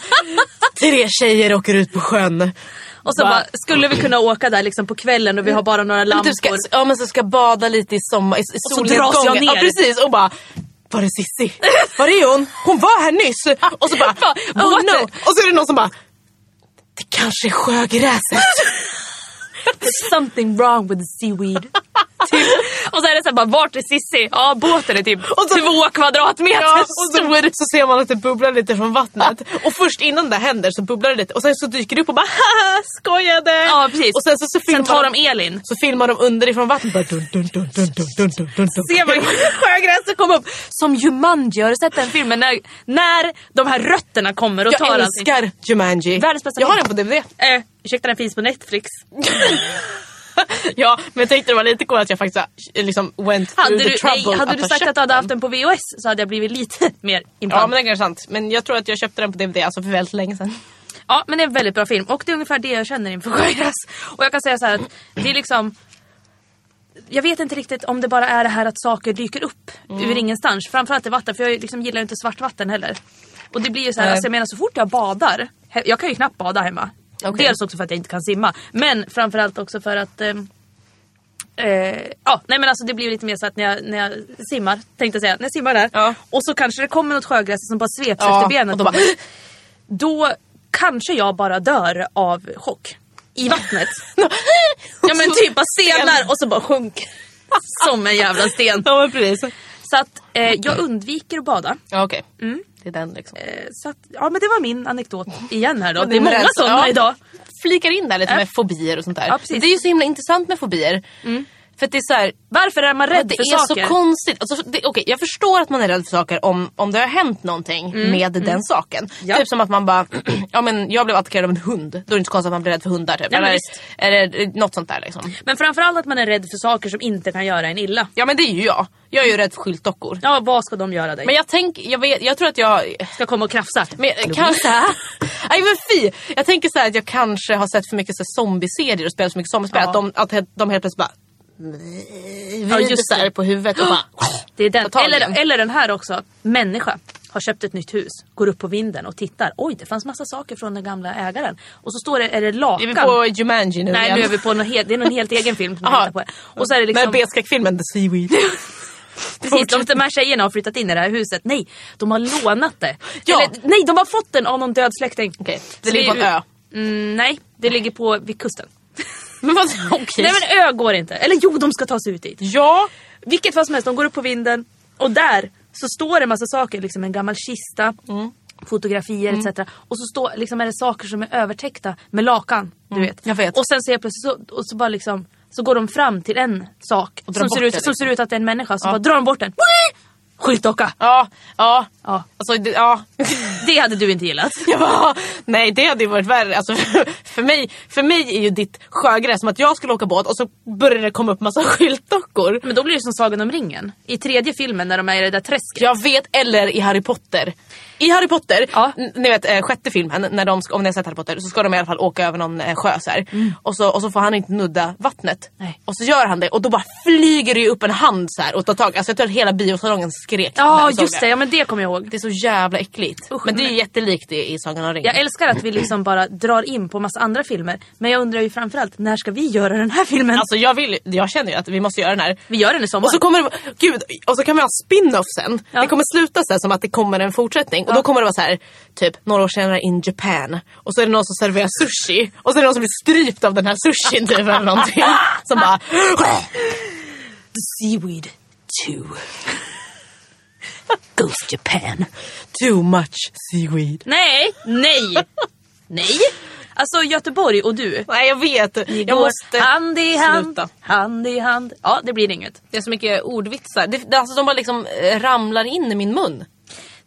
S3: tre tjejer åker ut på sjön.
S2: och så bara, skulle vi kunna åka där liksom på kvällen och vi har bara några
S3: Men
S2: lampor.
S3: typ ska, ja men så ska bada lite i sommar, i, i
S2: så
S3: solnedgången.
S2: dras jag ner.
S3: Ja precis och bara var är Sissi? Var är hon? Hon var här nyss! Och så bara,
S2: Bara,
S3: oh
S2: what
S3: no!
S2: the-
S3: Och så är det någon som bara, det kanske är sjögräset.
S2: There's something wrong with the seaweed. typ. Och så är det så här bara, vart är Sissi? Ja, båten är typ två kvadratmeter
S3: Ja, och
S2: stor.
S3: så, så ser man att det bubblar lite från vattnet. Och först innan det händer så bubblar det lite och sen så dyker det upp och bara haha skojade!
S2: Ja, precis.
S3: Och sen så,
S2: Sen
S3: så filmar
S2: tar
S3: de
S2: de Elin.
S3: så filmar de underifrån vattnet. Bara, dun, dun, dun, dun, dun, dun, dun, dun, dun.
S2: se vad sjögräset kom upp. Som Jumanji, har du sett den filmen? När, när de här rötterna kommer och tar
S3: Jag
S2: allting.
S3: älskar Jumanji.
S2: Världens bästa
S3: Jag har
S2: film.
S3: den på DVD.
S2: Eh, ursäkta, den finns på Netflix.
S3: ja, men jag tänkte det var lite coolt att jag faktiskt eh, liksom went
S2: Hade
S3: through
S2: du,
S3: the trouble
S2: nej, hade
S3: att
S2: du
S3: ha
S2: sagt
S3: köpt
S2: att du hade haft den på VHS så hade jag blivit lite mer impad.
S3: Ja men det är kanske sant. Men jag tror att jag köpte den på DVD alltså för väldigt länge sedan.
S2: Ja, men det är en väldigt bra film och det är ungefär det jag känner inför Sjögräs. Och jag kan säga så här att det är liksom jag vet inte riktigt om det bara är det här att saker dyker upp
S3: Mm.
S2: ur ingenstans. Framförallt i vatten, för jag liksom gillar ju inte svart vatten heller. Och det blir ju så här,
S3: Nej.
S2: alltså jag menar så fort jag badar, he- jag kan ju knappt bada hemma.
S3: Okej.
S2: Dels också för att jag inte kan simma, men framförallt också för att ehm, Eh, ja, nej men alltså det blir lite mer så att när jag, när jag simmar, tänkte jag säga, när jag simmar där
S3: Ja.
S2: och så kanske det kommer något sjögräs som bara sveps
S3: Ja,
S2: efter benet
S3: och
S2: och
S3: bara-
S2: bara då kanske jag bara dör av chock. I vattnet. ja men typ bara stelnar och så bara sjunker. Som en jävla sten.
S3: Ja men precis.
S2: Så att eh, jag undviker att bada.
S3: Ja okej.
S2: Mm.
S3: Det är den liksom.
S2: Eh, Så att, ja men det var min anekdot igen här då. Det är
S3: Din
S2: många
S3: rädsla,
S2: sådana
S3: ja.
S2: idag.
S3: Flikar in där lite
S2: Ja.
S3: med fobier och sånt där.
S2: Äh. Ja, precis. Mm.
S3: det är ju så himla intressant med fobier. För att det är så här,
S2: Varför är man
S3: Men
S2: rädd
S3: det
S2: för
S3: är
S2: saker?
S3: så konstigt. Alltså, det, okej, jag förstår att man är rädd för saker om, om det har hänt någonting med den saken.
S2: Mm. Ja.
S3: Typ som att man bara, ja men jag blev attackerad av en hund. Då är det inte så konstigt att man blir rädd för hundar. Typ.
S2: Ja, men
S3: Eller,
S2: visst.
S3: eller eh, något sånt där liksom.
S2: men framförallt att man är rädd för saker som inte kan göra en illa.
S3: Ja men det är ju jag. Jag är ju rädd för skyltdockor.
S2: Ja vad ska de göra dig?
S3: Men jag tänker, jag, vet- jag tror att jag...
S2: ska komma och krafsa.
S3: Men, jag- kanske... Nej men fy! Jag tänker så här att jag kanske har sett för mycket så här, zombieserier och spelat så mycket zombiespel.
S2: Ja.
S3: Att, de, att de helt plötsligt bara...
S2: Ja,
S3: vrider
S2: just
S3: sig
S2: det.
S3: på huvudet och bara...
S2: Det är den.
S3: Ta tag i
S2: Eller,
S3: den.
S2: eller den här också. Människa har köpt ett nytt hus, går upp på vinden och tittar. Oj, det fanns massa saker från den gamla ägaren. Och så står det, är det
S3: Är
S2: lakan?
S3: vi på Jumanji nu
S2: Nej,
S3: igen?
S2: nu är vi på någon helt, det är någon helt egen film som jag
S3: Aha.
S2: hittar på. Och så är det liksom,
S3: Med B-skräckfilmen The Seaweed.
S2: precis, de, de här tjejerna har flyttat in i det här huset. Nej, de har lånat det.
S3: Ja.
S2: Eller, nej, de har fått den av någon död släkting.
S3: Okej,
S2: Så
S3: det ligger på en ö.
S2: Mm, nej, det ligger på, vid kusten.
S3: Men vad, okej.
S2: Nej men ö går inte. Eller jo, de ska ta sig ut dit.
S3: Ja,
S2: Vilket fall som helst, de går upp på vinden och där så står det en massa saker, liksom en gammal kista, fotografier etc. Och så står, liksom, är det saker som är övertäckta med lakan. Du vet.
S3: jag vet.
S2: Och sen ser Mm. jag plötsligt så, och så bara liksom så går de fram till en sak
S3: drar
S2: som
S3: bort
S2: ser, ut,
S3: det,
S2: som ser
S3: liksom.
S2: ut att det är en människa så bara drar de bort den. Skyltdocka!
S3: ja, ja.
S2: Ja.
S3: Alltså, det, ja.
S2: Det hade du inte gillat.
S3: ja. Nej, det hade ju varit värre. Alltså, för, mig, för mig är ju ditt sjögräs som att jag skulle åka båt och så börjar det komma upp massa skyltdockor.
S2: Men då blir det som Sagan om ringen. I tredje filmen när de är i det där träsket.
S3: Jag vet, eller i Harry Potter. I Harry Potter,
S2: Ja.
S3: n- ni vet eh, sjätte filmen, när de, ska- om ni har sett Harry Potter, så ska de i alla fall åka över någon eh, sjö så här. Och, så, och så får han inte nudda vattnet.
S2: Mm. Nej.
S3: Och så gör han det och då bara flyger det ju upp en hand så här och tar tag. Alltså jag tror att hela biosalongen skrek. när
S2: Ja
S3: de såg
S2: just det, ja men det kommer jag ihåg.
S3: Det är så jävla äckligt.
S2: Usch,
S3: men det är
S2: men-
S3: ju jättelikt det i Sagan om ringen.
S2: Jag älskar att vi liksom bara drar in på massa andra filmer. Men jag undrar ju framförallt, när ska vi göra den här filmen?
S3: Alltså jag, vill, jag känner ju att vi måste göra den här.
S2: vi gör den i sommar.
S3: Och så, kommer det, gud, och så kan vi ha spin-off sen.
S2: Ja.
S3: Det kommer sluta så här, som att det kommer en fortsättning. Och då kommer det vara så här, typ några år senare in Japan. Och så är det någon som serverar sushi. Och så är det någon som blir strypt av den här sushin typ eller någonting. Som bara...
S2: The Seaweed 2. Ghost Japan.
S3: Too much seaweed.
S2: Nej, nej, nej. Alltså Göteborg och du.
S3: Nej jag vet.
S2: Ni
S3: jag
S2: går
S3: måste
S2: hand i hand,
S3: sluta.
S2: hand i hand. Ja, det blir inget.
S3: Det är så mycket ordvitsar. Det, det, alltså, de bara liksom eh, ramlar in i min mun.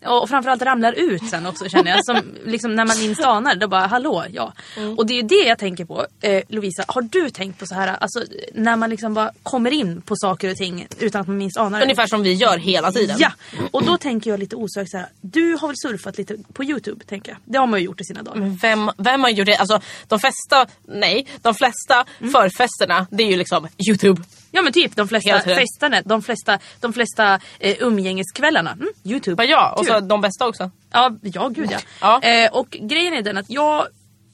S2: Och framförallt ramlar ut sen också känner jag. Som, liksom när man minst anar Då bara hallå, ja.
S3: Mm.
S2: Och det är ju det jag tänker på. Eh, Lovisa, har du tänkt på så här, alltså, när man liksom bara kommer in på saker och ting utan att man minst anar det?
S3: Ungefär som vi gör hela tiden.
S2: Mm. Ja, och då tänker jag lite osökt så här. Du har väl surfat lite på Youtube tänker jag. Det har man ju gjort i sina dagar.
S3: Men Vem, vem har gjort det? Alltså de flesta, nej, de flesta
S2: Mm.
S3: förfesterna det är ju liksom Youtube.
S2: Ja men typ de flesta
S3: Helt rätt.
S2: festerna, de flesta, de flesta eh, umgängeskvällarna. Mm, Youtube.
S3: Vad jag, och så
S2: Kul.
S3: de bästa också.
S2: Ja, ja gud ja.
S3: Ja.
S2: Eh, och grejen är den att jag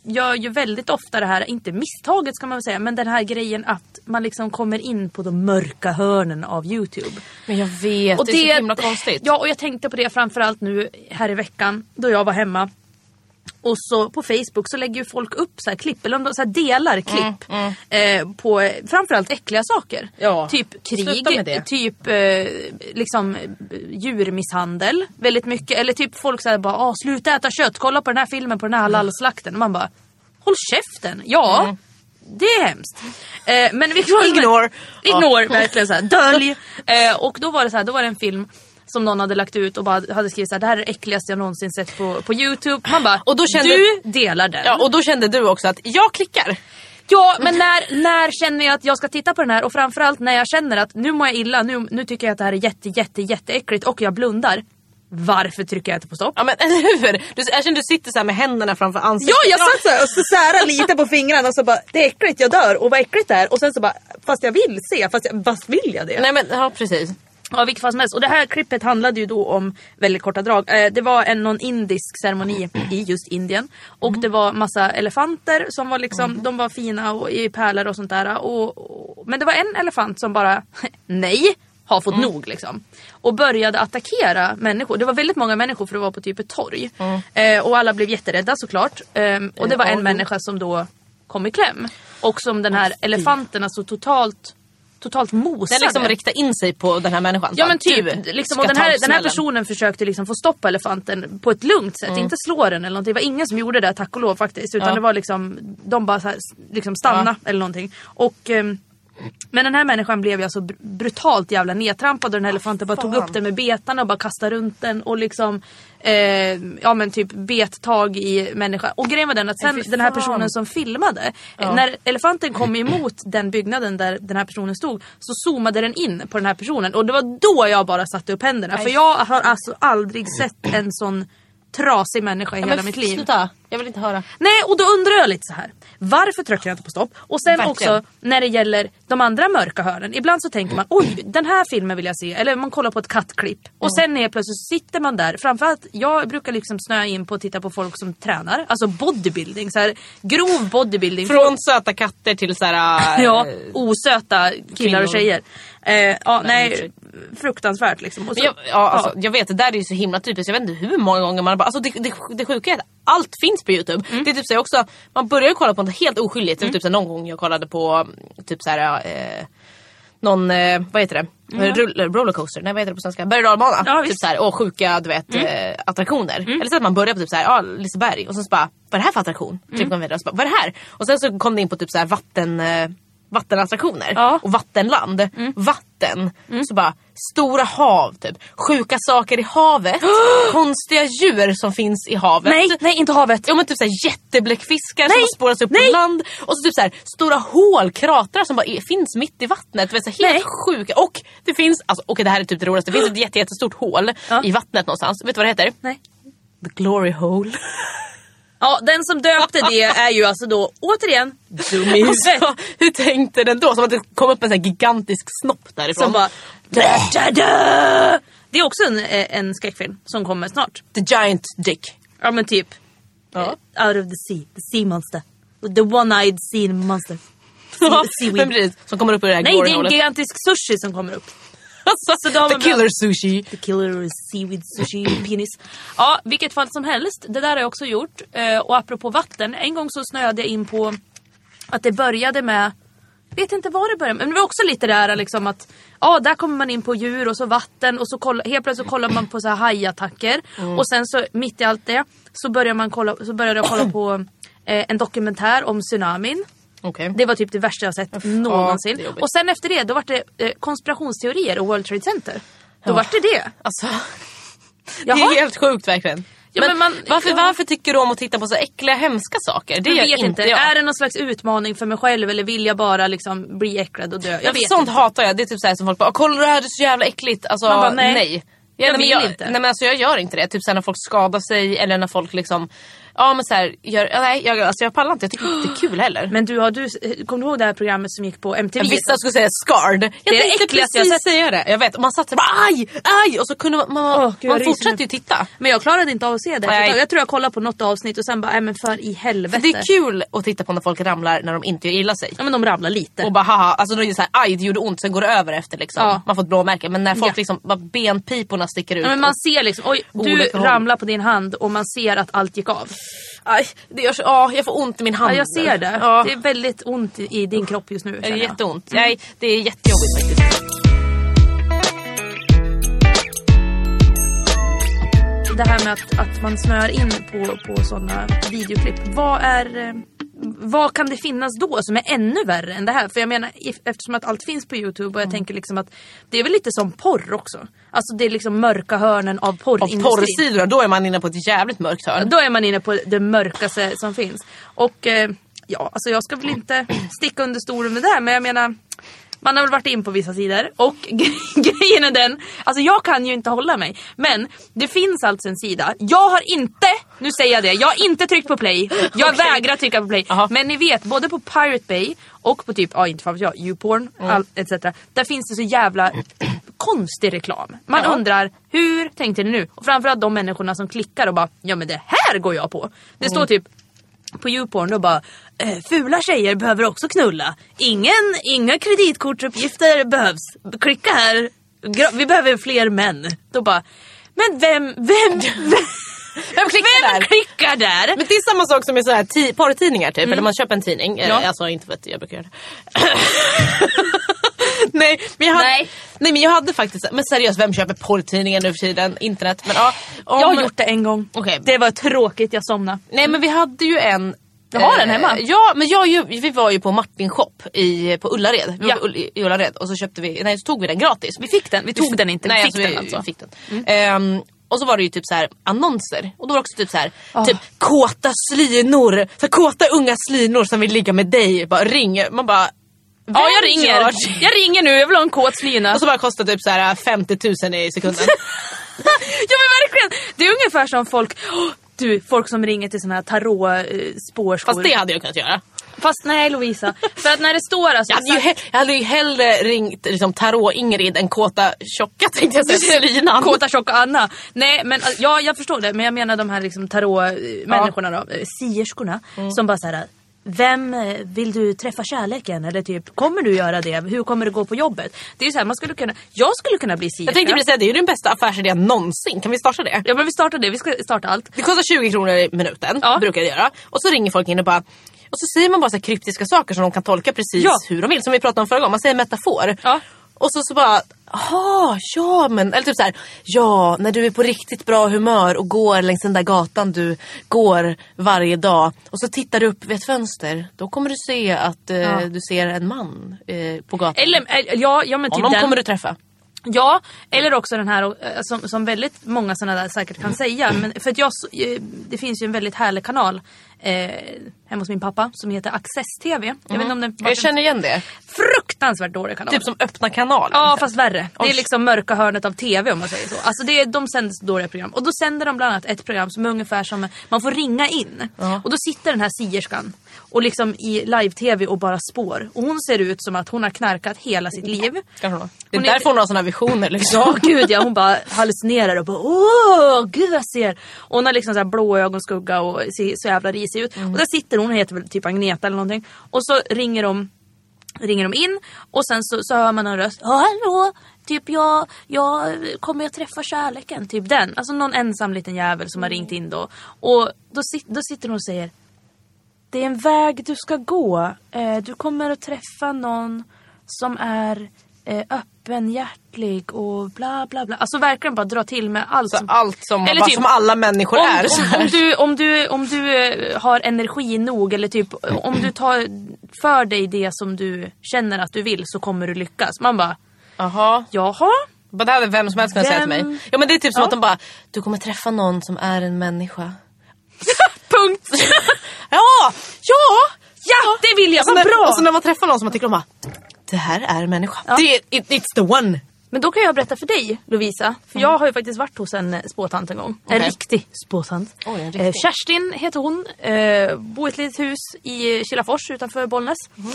S2: gör ju väldigt ofta det här, inte misstaget ska man väl säga, men den här grejen att man liksom kommer in på de mörka hörnen av Youtube.
S3: Men jag vet, det, är så himla konstigt.
S2: Ja, och jag tänkte på det framförallt nu här i veckan då jag var hemma. Och så på Facebook så lägger ju folk upp så här klipp, eller om de så här delar klipp Eh, på eh, framförallt äckliga saker.
S3: Mm, Ja,
S2: Typ krig,
S3: sluta med det.
S2: typ eh, liksom eh, djurmisshandel väldigt mycket. Eller typ folk säger bara ah, sluta äta kött, kolla på den här filmen på den här halalslakten. Och man bara håll käften, ja. Det är hemskt. Eh, men vilket fall som-
S3: Mm. Ignore.
S2: Ignore, verkligen såhär. Dölj. Eh, och då var det så här, då var det en film som någon hade lagt ut och bara hade skrivit så här, det här är det äckligaste jag någonsin sett på, på Youtube. Man bara,
S3: Och då kände-
S2: du delar den.
S3: Ja, och då kände du också att jag klickar.
S2: Ja, men när, när känner jag att jag ska titta på den här och framförallt när jag känner att nu mår jag illa, nu, nu tycker jag att det här är jätte, jätte, jätteäckligt och jag blundar. Varför trycker jag inte på stopp?
S3: Ja men eller hur? Du, jag känner du sitter så här med händerna framför ansiktet.
S4: Ja jag satt såhär och så sära lite på fingrarna och så bara det är äckligt jag dör och vad äckligt det är och sen så bara fast jag vill se fast, jag, fast vill jag det?
S3: Nej men ja precis.
S2: Ja, vilket fall som helst. Och det här klippet handlade ju då om väldigt korta drag. Eh, det var en någon indisk ceremoni i just Indien. Och
S3: Mm.
S2: det var massa elefanter som var liksom, de var fina och i pärlor och sånt där. Och, och, men det var en elefant som bara, nej, har fått
S3: Mm.
S2: nog liksom. Och började attackera människor. Det var väldigt många människor för det var på typ ett torg.
S3: Mm.
S2: Eh, och alla blev jätterädda såklart. Eh, och det var en människa som då kom i kläm. Och som den här elefanten alltså totalt, totalt mosade.
S3: Den liksom riktar in sig på den här människan.
S2: Ja
S3: Bara,
S2: men typ.
S3: du
S2: Liksom,
S3: ska
S2: och den,
S3: ta
S2: här, den här
S3: smällen.
S2: personen försökte liksom få stopp på elefanten på ett lugnt sätt. Inte slå den eller någonting. Det var ingen som gjorde det tack och lov faktiskt. Utan
S3: Mm. Ja.
S2: det var liksom, de bara så här, liksom stanna eller någonting. Och, ehm, men den här människan blev ju alltså br- brutalt jävla nedtrampad och den här elefanten bara tog upp den med betarna och bara kastade runt den och liksom eh, ja men typ bet tag i människan. Och grejen var den att sen den här personen som filmade, eh, när elefanten kom emot den byggnaden där den här personen stod så zoomade den in på den här personen och det var då jag bara satte upp händerna för jag har alltså aldrig sett en sån trasig människa i
S3: Ja, men
S2: hela mitt liv.
S3: Sluta, jag vill inte höra.
S2: Nej och då undrar jag lite så här. Varför trycker jag inte på stopp? Och sen
S3: Verkligen.
S2: också när det gäller de andra mörka hörnen. Ibland så tänker man oj den här filmen vill jag se. Eller man kollar på ett kattklipp. Och sen är plötsligt så sitter man där. Framförallt jag brukar liksom snöa in på att titta på folk som tränar. Alltså bodybuilding. Så här, grov bodybuilding.
S3: Från söta katter till så här.
S2: Ja, osöta killar och
S3: Kvinnor.
S2: tjejer. Eh, ja,
S3: i och för
S2: nej,
S3: sig.
S2: fruktansvärt liksom. Och så,
S3: Men jag, ja, alltså, jag vet, det där är ju så himla typiskt. Jag vet inte hur många gånger man bara... Alltså, det, det, det sjuka är att allt finns på Youtube.
S2: Mm.
S3: Det är typ så här också, man börjar ju kolla på något helt oskyldigt. Det var typ så här, någon gång jag kollade på typ så här, eh, någon, eh, vad heter det? Rull, eh, rollercoaster, nej vad heter det på svenska? Berg och dalbana.
S2: Mm. Ja,
S3: typ
S2: visst. Mm.
S3: så här, och sjuka du vet, eh, attraktioner. Eller så att man börjar på typ så här, ja, Liseberg och sen så bara, vad är det här för attraktion?
S2: Mm.
S3: Typ man vidare och så bara, vad är det här? Och sen så kom det in på typ så här vatten... Eh, vattenattraktioner
S2: Ja.
S3: och vattenland.
S2: Mm.
S3: Vatten. Så bara, stora hav typ. Sjuka saker i havet. konstiga djur som finns i havet.
S2: nej, nej, inte havet.
S3: Ja men typ såhär jättebläckfiskar som
S2: Nej!
S3: har spårats upp
S2: Nej!
S3: på land. Och så typ såhär stora hål, kratrar som bara är, finns mitt i vattnet. Du Vet, så här, helt sjuka. Och det finns, alltså, okej det här är typ det roligaste, det finns ett jätte, jättestort hål
S2: Ja.
S3: i vattnet någonstans. Vet du vad det heter?
S2: Nej.
S3: The glory hole.
S2: Ja, den som döpte det är ju alltså då återigen dum i huvudet.
S3: Alltså, hur tänkte den då? Som att det kom upp en sån här gigantisk snopp därifrån.
S2: Som bara... Da, da, da. Det är också en, eh, en skräckfilm som kommer snart.
S3: The giant dick.
S2: Ja men typ.
S3: Ja.
S2: eh, Out of the sea, the sea monster. The one-eyed sea monster.
S3: Ja,
S2: Sea,
S3: men
S2: seaweed.
S3: precis, som kommer upp ur det här
S2: Nej det är en
S3: glory-hålet.
S2: gigantisk sushi som kommer upp.
S3: Alltså,
S2: då har
S3: The
S2: man bland-
S3: killer sushi.
S2: The killer is seaweed sushi penis. Ja, vilket fall som helst. Det där har jag också gjort. Eh, och apropå vatten, en gång så snöade jag in på att det började med Vet inte vad det började med. Men det var också lite det här liksom att ja, där kommer man in på djur och så vatten och så kolla, helt plötsligt så kollar man på så här hajattacker.
S3: Mm.
S2: Och sen så mitt i allt det så började, man kolla, så började jag kolla på eh, en dokumentär om tsunamin.
S3: Okej.
S2: Det var typ det värsta jag sett
S3: ja,
S2: någonsin.
S3: det är jobbigt.
S2: och sen efter det, då var det eh, konspirationsteorier och World Trade Center. Då var det det.
S3: Alltså, det
S2: Jaha.
S3: är helt sjukt verkligen.
S2: Ja, men man-
S3: varför,
S2: ja.
S3: varför tycker du om att titta på så äckliga hemska saker? Det
S2: Jag
S3: gör
S2: vet inte.
S3: jag.
S2: Är det någon slags utmaning för mig själv eller vill jag bara liksom bli äcklad och dö? Jag
S3: Ja,
S2: vet
S3: Alltså, sånt
S2: inte.
S3: hatar jag. Det är typ så här som folk bara “kolla det här, det är så jävla äckligt”. Alltså,
S2: Man bara,
S3: nej.
S2: nej. Jag
S3: Ja, nej, men
S2: vill
S3: jag,
S2: inte.
S3: Nej men alltså jag gör inte det. Typ såhär när folk skadar sig eller när folk liksom... Ja men såhär, gör- ja, nej jag, alltså, jag pallar inte. Jag tycker inte det är kul heller.
S2: Men du, har du, kommer du ihåg det här programmet som gick på MTV?
S3: Vissa skulle säga scarred. Jag
S2: det
S3: tänkte
S2: äckligaste jag
S3: precis
S2: sett.
S3: säga det. Jag vet, och man satt såhär aj, aj och så kunde man... Man,
S2: Åh, gud, jag
S3: man
S2: ryser
S3: fortsatte
S2: nu.
S3: ju titta.
S2: Men jag klarade inte av att se det.
S3: Nej.
S2: Jag, jag tror jag kollade på något avsnitt och sen bara, nej men för i helvete.
S3: Det är kul att titta på när folk ramlar när de inte gör illa sig.
S2: Ja men de ramlar lite.
S3: Och bara haha, alltså då är det så här, aj det gjorde ont, sen går det över efter liksom.
S2: Ja.
S3: Man får ett blåmärke. Men när folk
S2: Ja.
S3: liksom, bara benpiporna sticker ut.
S2: ja, men man ser liksom, oj du
S3: Olika håll.
S2: ramlar på din hand och man ser att allt gick av.
S3: och, aj, det gör så, ja, jag får ont i min hand.
S2: Ja, jag ser det.
S3: Ja.
S2: Det är väldigt ont i- i din kropp just nu.
S3: Det är
S2: känner jag.
S3: jätteont. Nej, det är jättejobbigt faktiskt.
S2: alltså Det här med att, att man snör in på, på sådana videoklipp. Vad, är, eh, vad kan det finnas då som är ännu värre än det här? För jag menar if- eftersom att allt finns på Youtube och jag tänker liksom att det är väl lite som porr också. Alltså det är liksom mörka hörnen av
S3: Av
S2: porrindustrin.
S3: porrsidorna, då är man inne på ett jävligt mörkt hörn.
S2: Då är man inne på det mörkaste som finns. Och eh, ja, alltså jag ska väl inte sticka under stolen med det här men jag menar man har väl varit in på vissa sidor och grejen är den, alltså jag kan ju inte hålla mig men det finns alltså en sida, jag har inte, nu säger jag det, jag har inte tryckt på play, jag vägrar trycka på play men ni vet både på Pirate Bay och på typ, ja inte fan vet jag, YouPorn all, etc. Där finns det så jävla konstig reklam. Man undrar, hur tänkte ni nu? Och framförallt de människorna som klickar och bara, ja men det här går jag på. Det står typ på Youporn och bara eh, “Fula tjejer behöver också knulla. Ingen, inga kreditkortsuppgifter behövs. Klicka här. Gra- Vi behöver fler män.” Då bara “Men vem, vem, vem,
S3: Vem klickar
S2: vem
S3: där?
S2: klickar där?”
S3: Men det är samma sak som med så här ti- porrtidningar typ, eller man köper en tidning. Eh, Alltså inte för att jag brukar göra det. nej, men jag hade,
S2: Nej.
S3: nej. men jag hade faktiskt, men seriöst vem köper porrtidningar nu för tiden? Internet. Men, ja, om,
S2: Jag har gjort det en gång.
S3: Okej.
S2: Det var tråkigt, jag somnade.
S3: Nej men vi hade ju en eh,
S2: Jag har den hemma.
S3: Ja men jag, ju- vi var ju på Martin shop i, på Ullared. Vi
S2: Ja.
S3: var på Ull- i Ullared och så köpte vi, nej så tog vi den gratis.
S2: Vi fick den, vi tog den inte. Vi
S3: Nej,
S2: fick
S3: alltså,
S2: den
S3: vi,
S2: alltså.
S3: Vi fick den. Ehm, och så var det ju typ så här annonser. Och då var det också typ så här,
S2: Ah.
S3: typ kåta slinor. Så här, kåta unga slinor som vill ligga med dig. Bara ring. Man bara,
S2: Ja, jag
S3: vem
S2: ringer.
S3: gör det?
S2: Jag ringer nu, jag vill ha en kåt alltså. slina.
S3: Och så bara kostar typ så här 50 000 i sekunden.
S2: ja men verkligen! Det är ungefär som folk, Åh, du, folk som ringer till såna här tarot-spårskor.
S3: Fast det hade jag kunnat göra.
S2: Fast nej Lovisa, för att när det står alltså...
S3: Jag hade ju, he- jag hade ju hellre ringt liksom, Tarot-Ingrid än kåta tjocka tänkte jag säga. Slinan.
S2: Kåta tjocka Anna. Nej men alltså, ja, jag förstår det men jag menar de här liksom tarot-människorna då, eh, sierskorna som bara såhär vem eh, vill du träffa kärleken? Eller typ, kommer du göra det? Hur kommer det gå på jobbet? Det är ju så här, man skulle kunna, jag skulle kunna bli sierska.
S3: Jag tänkte precis säga det är ju den bästa affärsidén någonsin. Kan vi starta det?
S2: Ja men vi startar det, vi ska starta allt.
S3: Det kostar 20 kronor i minuten,
S2: Ja.
S3: brukar det göra. Och så ringer folk in och bara och så säger man bara så här kryptiska saker som de kan tolka precis
S2: Ja.
S3: hur de vill. Som vi pratade om förra gången, man säger metafor.
S2: Ja.
S3: Och så, så bara, jaha, ja men. Eller typ så här, ja när du är på riktigt bra humör och går längs den där gatan du går varje dag. Och så tittar du upp vid ett fönster. Då kommer du se att eh, du ser en man eh, på gatan.
S2: Eller, eller ja, ja men typ
S3: Honom
S2: den.
S3: kommer du träffa.
S2: Ja, eller också den här eh, som, som väldigt många sådana där säkert kan säga.
S3: Mm.
S2: Men för att jag, s- eh, det finns ju en väldigt härlig kanal eh, hemma hos min pappa som heter Access TV. Jag vet inte om den var
S3: Mm. Jag känner igen det.
S2: fruktansvärt dålig kanal.
S3: Typ som öppna kanalen.
S2: Ja fast värre. Det är
S3: Oj.
S2: liksom mörka hörnet av TV om man säger så. Alltså det är, de sänder så dåliga program. Och då sänder de bland annat ett program som är ungefär som man får ringa in. Och då sitter den här sierskan och liksom i live-TV och bara spår. Och hon ser ut som att hon har knarkat hela sitt liv.
S3: Kanske hon har. Det är
S2: Hon är-
S3: därför hon har såna visioner liksom.
S2: Ja gud ja, hon bara hallucinerar och bara åh gud vad jag ser. Och hon har liksom så här blå ögonskugga och ser så jävla risig ut. Och där sitter hon, hon heter väl typ Agneta eller någonting. Och så ringer de, ringer de in och sen så, så hör man en röst. Ja hallå! Typ jag, jag kommer jag träffa kärleken? Typ den. Alltså någon ensam liten jävel som har ringt in då. Och då, sit, då sitter hon och säger det är en väg du ska gå. Eh, du kommer att träffa någon som är eh, öppenhjärtlig och bla bla bla. Alltså verkligen bara dra till med allt.
S3: Så
S2: som-
S3: allt som,
S2: Eller
S3: bara,
S2: typ-
S3: som alla människor
S2: om,
S3: är. så
S2: om,
S3: här.
S2: om, du, om, du, om du eh, har energi nog eller typ om du tar för dig det som du känner att du vill så kommer du lyckas. Man bara,
S3: Jaha.
S2: jaha?
S3: Bara Det hade vem som helst kunnat säga till
S2: Vem-
S3: mig. Ja, men det är typ som
S2: Ja.
S3: att de bara, du kommer träffa någon som är en människa.
S2: Punkt!
S3: Ja! Ja!
S2: ja, det vill jag,
S3: Så
S2: vad
S3: Alltså, när,
S2: bra!
S3: Och så när man träffar någon som man tycker om, bara, det här är en människa. Det är, it, it's the one.
S2: Men då kan jag berätta för dig Lovisa, för jag har ju faktiskt varit hos en eh, spåtant en gång. En
S3: Mm. Okej.
S2: riktig spåtant.
S3: Oj, en riktig.
S2: Eh, Kerstin heter hon, eh, bor i ett litet hus i eh, Kilafors utanför Bollnäs.
S3: Mhm.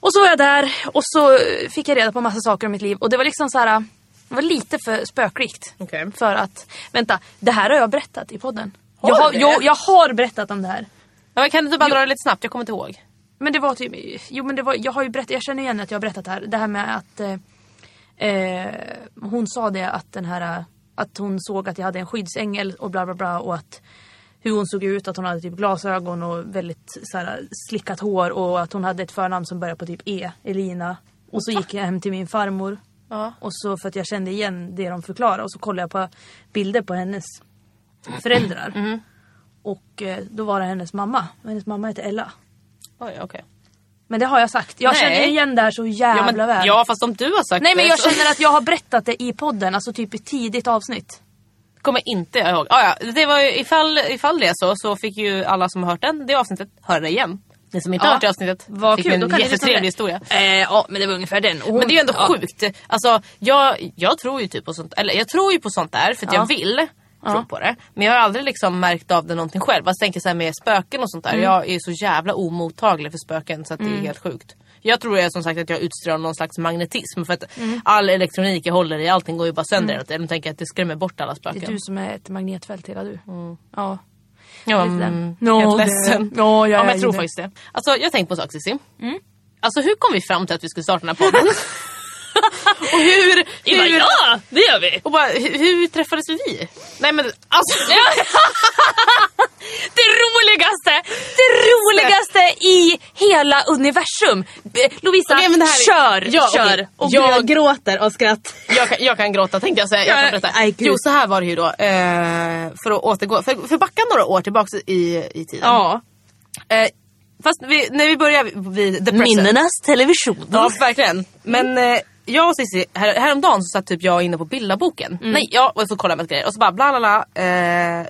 S2: Och så var jag där och så eh, fick jag reda på massa saker om mitt liv och det var liksom så här. eh, Det var lite för spökrikt.
S3: Okej.
S2: För att, vänta, det här har jag berättat i podden.
S3: Har
S2: jag,
S3: du
S2: har,
S3: det?
S2: jag, jag har berättat om det här.
S3: Ja, men kan du inte bara dra det lite snabbt? Jag kommer inte ihåg.
S2: Men det var typ, jo men det var, jag har ju berättat, jag känner igen att jag har berättat det här. Det här med att eh, eh, hon sa det att den här, eh, att hon såg att jag hade en skyddsängel och bla bla bla och att hur hon såg ut, att hon hade typ glasögon och väldigt så här, slickat hår och att hon hade ett förnamn som började på typ E, Elina. Och så gick jag hem till min farmor.
S3: Ja.
S2: Och så för att jag kände igen det de förklarade och så kollade jag på bilder på hennes föräldrar. Och eh, då var det hennes mamma. Hennes mamma heter Ella.
S3: Oj, okej.
S2: Men det har jag sagt. Jag
S3: Nej.
S2: känner igen det här så jävla
S3: ja, men, Alltså-
S2: väl.
S3: ja, fast om du har sagt
S2: Nej men
S3: det
S2: jag
S3: så
S2: känner att jag har berättat det i podden, alltså typ i tidigt avsnitt.
S3: kommer inte jag ihåg. Ah, ja, det var ju, ifall, ifall det är så, så fick ju alla som har hört den, det avsnittet höra det igen. Ni som inte har hört det avsnittet
S5: Vad
S3: fick
S5: kul,
S3: en
S5: då kan ni lyssna på
S3: jättetrevlig
S5: det.
S3: historia.
S5: Eh, ja, men det var ungefär den. Och hon-
S3: Men det är ju ändå
S5: ja.
S3: sjukt. Alltså, jag, jag tror ju typ på sånt eller jag tror ju på sånt där för att jag vill tro på det. Men jag har aldrig liksom märkt av det någonting själv. Alltså, jag tänker så här med spöken och sånt
S2: Mm.
S3: där. Jag är ju så jävla omottaglig för spöken så att det är helt sjukt. Jag tror ju som sagt att jag utstrålar någon slags magnetism för att
S2: Mm.
S3: all elektronik jag håller i, allting går ju bara sönder hela tiden. De tänker att det skrämmer bort alla
S2: Det
S3: spöken.
S2: är du som är ett magnetfält hela du. Ja.
S3: Ja,
S2: Lite den.
S3: mm,
S2: Ja,
S3: helt
S2: det-
S3: ledsen.
S2: ja, jag
S3: men
S2: är
S3: jag tror
S2: det.
S3: faktiskt det. Alltså, jag har tänkt på en sak Cissi. Alltså hur kom vi fram till att vi skulle starta den här podden? och hur...
S5: Eva,
S3: hur
S5: ja, det gör vi!
S3: och bara, hur, hur träffades vi? Nej men alltså...
S5: Det roligaste! Det roligaste i hela universum! B- Lovisa,
S3: Okej, men det här är-
S5: kör!
S3: Ja, okej.
S5: kör!
S4: Och
S3: Jag-
S4: jag gråter av skratt.
S3: jag, kan, jag kan gråta tänkte jag säga. Jag kan
S4: Ja,
S3: berätta.
S4: nej, gud.
S3: jo så här var det ju då. Eh, för att återgå, för, för backa några år tillbaka i, i tiden.
S5: Ja.
S3: Eh, fast vi, när vi börjar vid the present.
S5: Minnenas television.
S3: Ja, verkligen. Men
S2: Mm.
S3: eh, jag och Cissi, här, häromdagen så satt typ jag inne på bildaboken.
S2: Mm.
S3: Nej, jag och så kollade jag med grejer och så bara bla bla bla. Eh,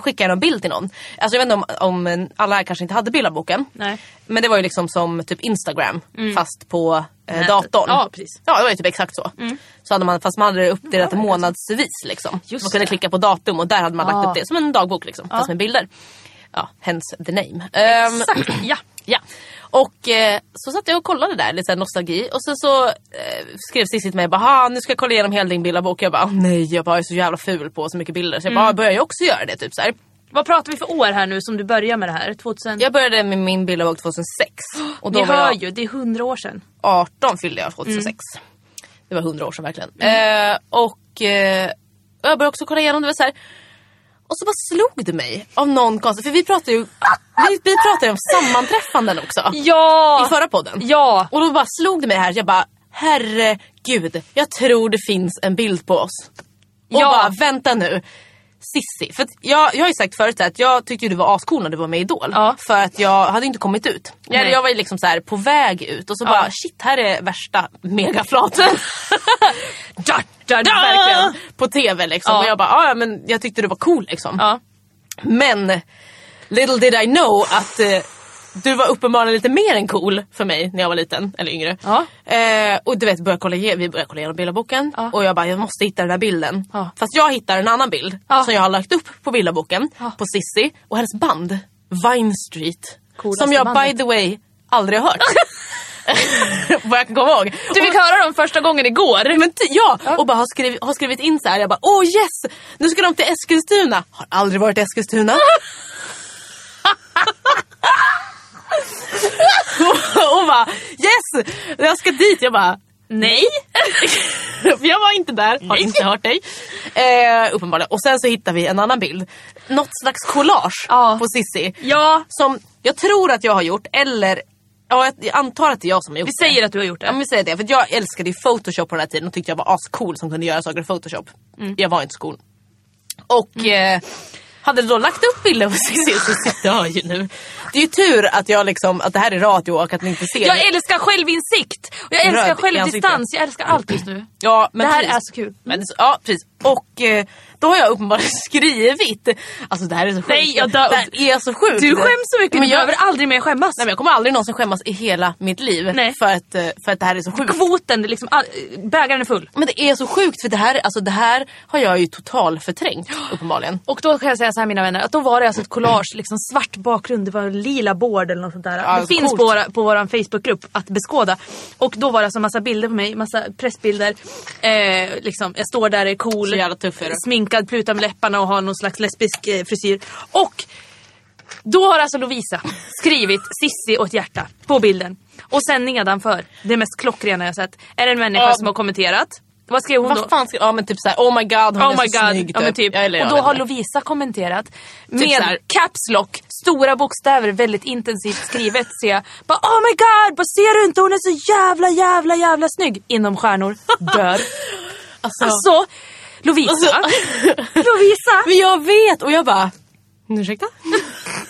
S3: skickade jag en bild till någon. Alltså jag vet inte om, om alla här kanske inte hade bildaboken.
S2: Nej. Mm.
S3: Men det var ju liksom som typ Instagram fast på eh, datorn.
S2: Ja, precis. Mm.
S3: Ja, det var ju typ exakt så. så hade man, fast man hade det uppdelat månadsvis liksom.
S2: Just
S3: man kunde
S2: det.
S3: klicka på datum och där hade man lagt
S2: Ah.
S3: upp det som en dagbok liksom. Fast med bilder. Ja, hence the name. Ehm,
S2: Exakt, ja.
S3: Ja. Och eh, så satt jag och kollade där, lite så här nostalgi. Och sen så eh, skrev Cissi till mig, bara, "Ha, nu ska jag kolla igenom hela din bildabok. Jag bara, "Åh, nej, jag bara, jag är så jävla ful på så mycket bilder. Så jag bara,
S2: Mm.
S3: "Ah, börjar jag också göra det? Typ så här.
S2: Vad pratar vi för år här nu som du börjar med det här? 2000...
S3: Jag började med min bildabok 2006. Och då
S2: Ni
S3: var
S2: hör
S3: jag
S2: ju, det är hundra år sedan.
S3: 18 fyllde jag 2006.
S2: Mm.
S3: Det var 100 år sedan verkligen. Eh, och eh, jag började också kolla igenom det. Var så här, och så bara slog det mig av någon konstig... För vi pratade ju vi, vi pratade ju om sammanträffanden också.
S2: Ja!
S3: I förra podden.
S2: Ja!
S3: Och då bara slog det mig här. Jag bara, herregud. Jag tror det finns en bild på oss. Och
S2: Ja.
S3: bara, vänta nu. Sissi. För att jag, jag har ju sagt förut så här att jag tyckte ju du var ascool när du var med i Idol.
S2: Ja.
S3: För att jag hade inte kommit ut. Jag,
S2: Nej.
S3: jag var ju liksom så här på väg ut och så bara shit här är värsta megaflaten.
S2: Da, da, da.
S3: Verkligen. På TV liksom.
S2: Ja.
S3: Och jag bara "Ah, ja men jag tyckte du var cool liksom.
S2: Ja.
S3: Men little did I know att eh, du var uppenbarligen lite mer än cool för mig när jag var liten, eller yngre.
S2: Ja.
S3: Eh, och du vet, började kolla, ige- vi började kolla igenom bilderboken och jag bara, jag måste hitta den där bilden.
S2: Ja.
S3: Fast jag hittar en annan bild
S2: Ja.
S3: som jag har lagt upp på bilderboken på Sissi och hennes band Vine Street.
S2: Coolaste
S3: som jag by
S2: bandet.
S3: the way aldrig har hört. Vad jag kan komma ihåg.
S2: Du fick höra dem första gången igår.
S3: Men ty, ja, och bara har skrivit, har skrivit in så här. Jag bara åh yes, nu ska de till Eskilstuna. Har aldrig varit i Eskilstuna. och, och bara yes, jag ska dit. Jag bara nej. jag var inte där, har inte hört dig. Eh, uppenbarligen. Och sen så hittar vi en annan bild. Något slags collage
S2: Ja.
S3: på Sissi.
S2: Ja,
S3: Som jag tror att jag har gjort eller Ja, jag- jag antar att det är jag som har gjort
S2: vi
S3: det.
S2: säger att du har gjort
S3: Ja men
S2: det.
S3: vi säger det, för att jag älskade ju photoshop på den här tiden och tyckte jag var ascool som kunde göra saker i photoshop.
S2: Mm.
S3: Jag var inte så cool. Och eh, hade då lagt upp bilder på Cissi så sitter jag ju nu. Det är ju tur att jag liksom, att det här är radio och att ni inte ser
S2: Jag
S3: det.
S2: älskar självinsikt! Och jag älskar
S3: Röd i
S2: självdistans,
S3: ansiktet.
S2: jag älskar allt just nu.
S3: Ja, men
S2: Det här
S3: precis.
S2: är så kul.
S3: Men, ja precis. Och eh, då har jag uppenbarligen skrivit, alltså det här är så sjukt.
S2: Nej, jag dör.
S3: Det här är så sjukt.
S2: Du skäms så mycket,
S3: Men
S2: du
S3: jag,
S2: behöver aldrig mer skämmas.
S3: nej, men jag kommer aldrig någonsin skämmas i hela mitt liv
S2: Nej.
S3: för att, eh, för att det här är så sjukt.
S2: Kvoten, det är liksom, all, bägaren är full.
S3: Men det är så sjukt för det här, alltså det här har jag ju total förträngt uppenbarligen.
S2: Och då kan jag säga så här mina vänner, att då var det alltså ett collage, liksom svart bakgrund, det var en lila board eller något sånt där.
S3: alltså
S2: det finns
S3: coolt.
S2: på, våra, på vår Facebookgrupp att beskåda. Och då var det alltså massa bilder på mig, massa pressbilder. Eh, liksom, jag står där, är cool,
S3: Så jävla tuff är du.
S2: sminkad, plutar med läpparna och har någon slags lesbisk eh, frisyr. Och då har alltså Lovisa skrivit Sissi och ett hjärta på bilden. Och sen nedanför, det mest klockrena jag sett, är det en människa
S3: Ja.
S2: som har kommenterat. Vad skrev hon då?
S3: Vad fan ska, ja men typ såhär oh my god
S2: Oh
S3: hon är
S2: my
S3: så
S2: god.
S3: snygg
S2: ja, Typ men typ.
S3: Ja, eller,
S2: och
S3: ja,
S2: då
S3: jag
S2: har
S3: vet inte.
S2: Lovisa kommenterat
S3: så
S2: med
S3: här.
S2: caps lock, stora bokstäver, väldigt intensivt skrivet. ser jag, bara, oh my god, bara, ser du inte hon är så jävla jävla jävla snygg. Inom stjärnor, dör.
S3: alltså,
S2: alltså Lovisa, Lovisa.
S3: Men jag vet och jag bara Ursäkta?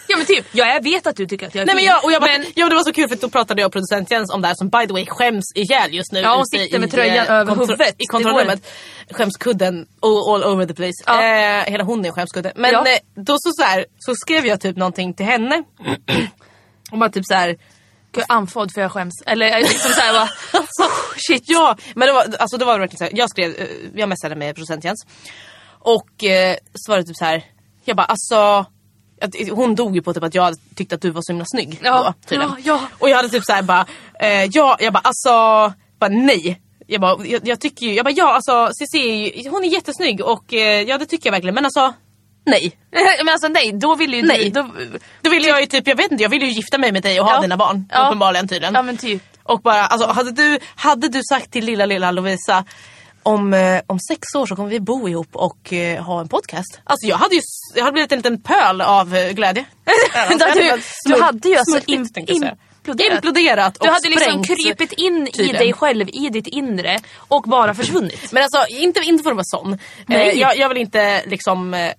S2: Ja men typ, ja, jag vet att du tycker att jag är
S3: Nej men
S2: fin.
S3: jag, och jag bara, ja, det var så kul för att då pratade jag och producent Jens om det här som by the way skäms ihjäl just nu.
S2: Ja, hon
S3: ute
S2: sitter med
S3: i,
S2: tröjan
S3: eh,
S2: över huvudet.
S3: I
S2: Det
S3: kontrollrummet. Skäms kudden all, all over the place.
S2: Ja.
S3: Eh, hela hon är en skämskudde. Men
S2: Ja.
S3: eh, då så, så, här, så skrev jag typ någonting till henne. Och man typ så här,
S2: Gud, andfådd för jag skäms. Eller jag är liksom såhär bara... Oh,
S3: shit. Ja, men det var, alltså, det var verkligen så här, jag skrev, eh, jag messade med producent Jens. Och eh, så var det typ så här, jag bara alltså att, hon dog ju på typ att jag tyckte att du var så himla snygg.
S2: Ja,
S3: då, tydligen.
S2: ja, ja.
S3: Och jag hade typ såhär bara, eh, ja, jag bara alltså, bara nej. Jag bara, jag, jag tycker ju, jag bara ja alltså Cissi är ju- hon är jättesnygg och eh, ja det tycker jag verkligen men alltså nej.
S2: men alltså nej, då vill ju
S3: Nej.
S2: du... Då,
S3: Då ville jag ju typ, jag vet inte, jag ville ju gifta mig med dig och ha
S2: Ja.
S3: dina barn.
S2: Ja.
S3: Uppenbarligen tydligen.
S2: ja men typ.
S3: Och bara, alltså, hade, du, hade du sagt till lilla lilla Lovisa om, eh, om sex år så kommer vi bo ihop och eh, ha en podcast. Alltså jag hade ju s- jag hade blivit en liten pöl av eh, glädje. Alltså, jag hade
S2: du,
S3: bara smult-
S2: du hade ju alltså
S3: smultit,
S2: im-
S3: tänkte jag säga.
S2: imploderat.
S3: Imploderat och
S2: Du hade liksom
S3: sprängt, eh,
S2: krypit in i
S3: tydligen.
S2: dig själv, i ditt inre och bara försvunnit.
S3: Men alltså inte, inte för att vara sån.
S2: Nej.
S3: Eh, jag, jag vill inte liksom eh,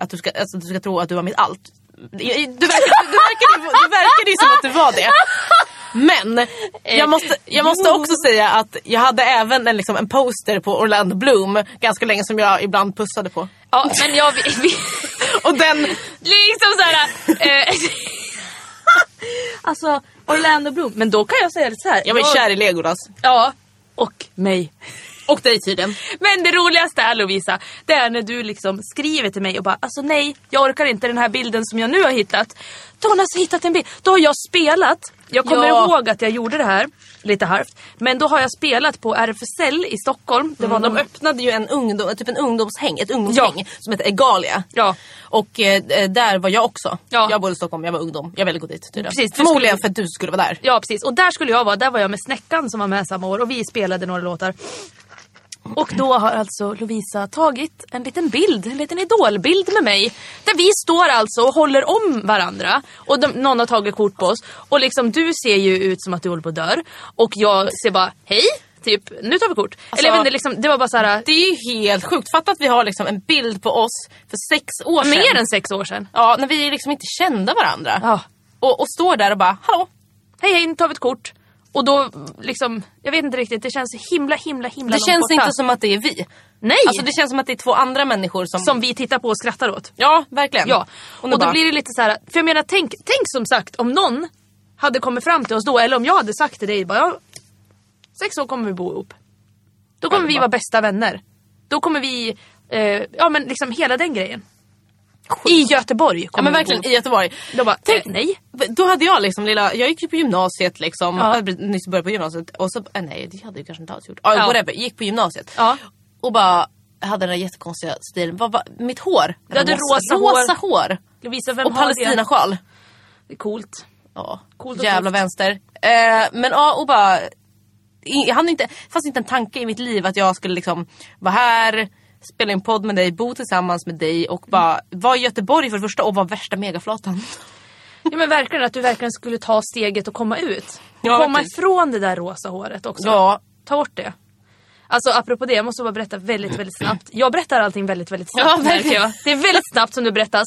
S3: att du ska, alltså, du ska tro att du var mitt allt. Du verkar, du, verkar, ju- du verkar ju som att du var det. Men jag måste, jag måste också säga att jag hade även en, liksom, en poster på Orlando Bloom ganska länge som jag ibland pussade på.
S2: Ja, men jag... Vi, vi,
S3: Och den,
S2: liksom såhär... Eh, alltså, Orlando Bloom. Men då kan jag säga det så här.
S3: jag var ju kär i Legolas.
S2: Ja, och mig.
S3: Och dig tydligen.
S2: Men det roligaste är Lovisa, det är när du liksom skriver till mig och bara alltså nej, jag orkar inte den här bilden som jag nu har hittat. Då har hon alltså hittat en bild. Då har jag spelat, jag kommer
S3: Ja.
S2: ihåg att jag gjorde det här, lite halvt, men då har jag spelat på RFSL i Stockholm. Det var
S3: Mm, de
S2: någon-
S3: öppnade ju en ungdom, typ en ungdomshäng, ett ungdomshäng som heter Egalia.
S2: Ja.
S3: Och eh, där var jag också.
S2: Ja.
S3: Jag bodde i Stockholm, jag var ungdom. Jag ville gå dit tydligen.
S2: Precis, du
S3: Förmodligen
S2: skulle-
S3: för att du skulle vara där.
S2: Ja precis, och där skulle jag vara, där var jag med Snäckan som var med samma år och vi spelade några låtar. Och då har alltså Lovisa tagit en liten bild, en liten idolbild med mig. Där vi står alltså och håller om varandra. Och de, någon har tagit kort på oss. Och liksom du ser ju ut som att du håller på att dör. Och jag ser bara, hej! Typ, nu tar vi kort. Eller jag vet inte, liksom, det var bara så här.
S3: Alltså- Det är ju helt sjukt. Fatta att vi har liksom en bild på oss för sex år sedan.
S2: mer än sex år sedan.
S3: Ja, när vi liksom inte kände varandra.
S2: Ja.
S3: Och, och står där och bara, hallå?
S2: Hej hej, nu tar vi ett kort. Och då liksom, jag vet inte riktigt, det känns så himla himla himla
S3: Det
S2: långt
S3: känns
S2: borta.
S3: inte som att det är vi.
S2: Nej!
S3: Alltså det känns som att det är två andra människor som...
S2: Som vi tittar på och skrattar åt.
S3: Ja, verkligen.
S2: Ja, och,
S3: nu
S2: då
S3: bara-
S2: blir det lite så här. för jag menar tänk, tänk som sagt om någon hade kommit fram till oss då eller om jag hade sagt till dig bara ja, sex år kommer vi bo ihop. Då kommer vi vara bästa vänner. Då kommer vi, eh, ja men liksom hela den grejen. I Göteborg
S3: Ja
S2: kommer
S3: men verkligen
S2: vi
S3: i
S2: bo ihop.
S3: Göteborg.
S2: Då bara,
S3: Tänk-
S2: eh, nej.
S3: Då hade jag liksom lilla, jag gick ju på gymnasiet liksom,
S2: Ja.
S3: jag hade nyss börjat på gymnasiet och så, eh, nej det hade jag kanske inte alls gjort. Ah,
S2: Ja.
S3: Whatever, gick på gymnasiet.
S2: Ja.
S3: Och bara hade den där jättekonstiga stilen, vad, vad, mitt hår.
S2: Du hade rosa hår.
S3: rosa hår.
S2: Lovisa, vem
S3: Och
S2: har det?
S3: palestinasjal.
S2: Det är coolt.
S3: Ja,
S2: Coolt och
S3: jävla
S2: tufft.
S3: vänster. Eh, men ja, och bara... i- Jag hann inte, fanns inte en tanke i mitt liv att jag skulle liksom vara här, spela in podd med dig, bo tillsammans med dig och bara vara i Göteborg för det första och vara värsta megaflatan.
S2: Ja men verkligen att du verkligen skulle ta steget och komma ut.
S3: Ja,
S2: komma
S3: verkligen.
S2: ifrån det där rosa håret också.
S3: Ja.
S2: Ta bort det. Alltså apropå det, jag måste bara berätta väldigt väldigt snabbt. Jag berättar allting väldigt väldigt snabbt
S3: Ja, verkligen.
S2: märker jag. Det är väldigt snabbt som det berättas.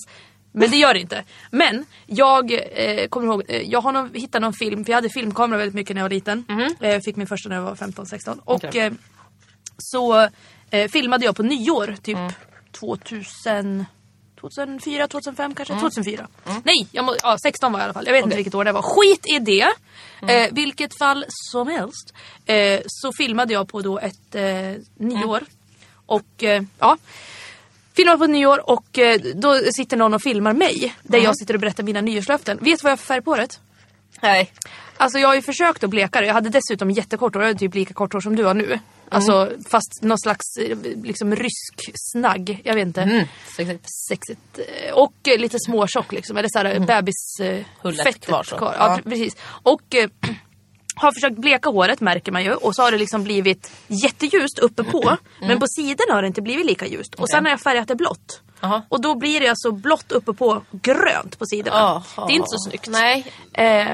S2: Men det gör det inte. Men jag eh, kommer ihåg, eh, jag har någon, hittat någon film, för jag hade filmkamera väldigt mycket när jag var liten. Eh, fick min första när jag var 15-16. Och
S3: Mhm. Okej.
S2: eh, så eh, filmade jag på nyår, typ 2000, 2004, 2005 kanske? 2004. Nej, jag må, ja, 16 var jag i alla fall. Jag vet inte vilket år det var. Skit i det. Eh, vilket fall som helst. Eh, så filmade jag på då ett eh, nyår. Och eh, ja. Filmar på nyår och eh, då sitter någon och filmar mig. Där jag sitter och berättar mina nyårslöften. Vet du vad jag har för färg på håret?
S3: Nej.
S2: Alltså jag har ju försökt att bleka det. Jag hade dessutom jättekort hår. Jag hade typ lika kort hår som du har
S3: Mm.
S2: nu. Alltså fast någon slags eh, liksom rysk snagg. Jag vet inte.
S3: Mm.
S2: Sexigt. Eh, Och eh, lite småtjock liksom. Eller såhär mm.
S3: Hullet
S2: bebisfettet kvar.
S3: kvar så.
S2: kvar.
S3: Ja.
S2: Ja, pre- precis. Och eh, har försökt bleka håret märker man ju. Och så har det liksom blivit jätteljust uppe på.
S3: Mm.
S2: Men på sidorna har det inte blivit lika ljust. Och sen har jag färgat det blått.
S3: Aha.
S2: Och då blir det alltså blått uppe på, grönt på sidorna.
S3: Aha.
S2: Det är inte så snyggt.
S3: Nej.
S2: Eh,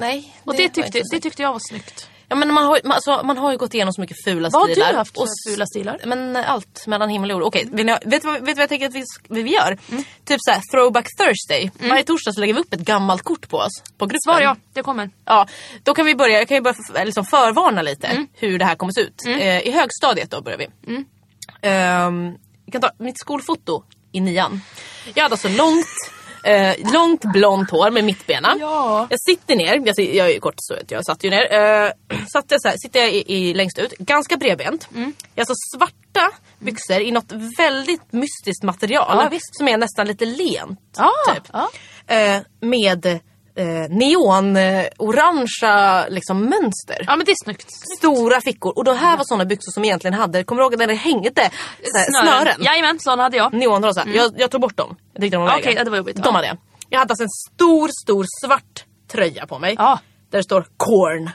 S3: Nej.
S2: och det,
S3: har
S2: tyckte,
S3: inte så-
S2: det tyckte jag var snyggt.
S3: Ja, men man, har, ju- man, alltså, man har ju gått igenom så mycket fula
S2: Vad har du
S3: stilar.
S2: haft för
S3: s-
S2: fula stilar?
S3: Men eh, allt mellan himmel och jord. Okej, vill ni ha- vet du vad, vet du vad jag tänker att vi, sk- vi gör?
S2: Mm.
S3: Typ såhär throwback thursday. Varje torsdag så lägger vi upp ett gammalt kort på oss. På gruppen.
S2: Svar ja, det kommer.
S3: Ja, då kan vi börja, jag kan ju börja f- liksom förvarna lite
S2: Mm.
S3: hur det här kommer se ut. Eh, I högstadiet då börjar vi. Ehm, vi kan ta mitt skolfoto i nian. Jag hade alltså långt, Eh, långt blont hår med mittbena. Jag sitter ner, jag, si- jag är ju kort så att jag satt ju ner. Eh, satt jag så här, sitter jag i, i, längst ut, ganska bredbent.
S2: Mm.
S3: Jag har så svarta byxor i något väldigt mystiskt material
S2: Ja, visst. Ah,
S3: som är nästan lite lent.
S2: Ja,
S3: typ.
S2: ja.
S3: Eh, med eh, neonorangea liksom, mönster.
S2: Ja men det är snyggt.
S3: Stora fickor. Och det här var såna byxor som egentligen hade, kommer du ihåg när det hängde så här, snören?
S2: Jajamän, sån hade jag.
S3: Neonrosa. Jag, jag tog bort dem. Jag tyckte de var
S2: Mm. Okej,
S3: vägen.
S2: ja, det var jobbigt.
S3: De
S2: Ja.
S3: hade jag. Jag hade alltså en stor, stor svart tröja på mig.
S2: Ja.
S3: Där det står corn.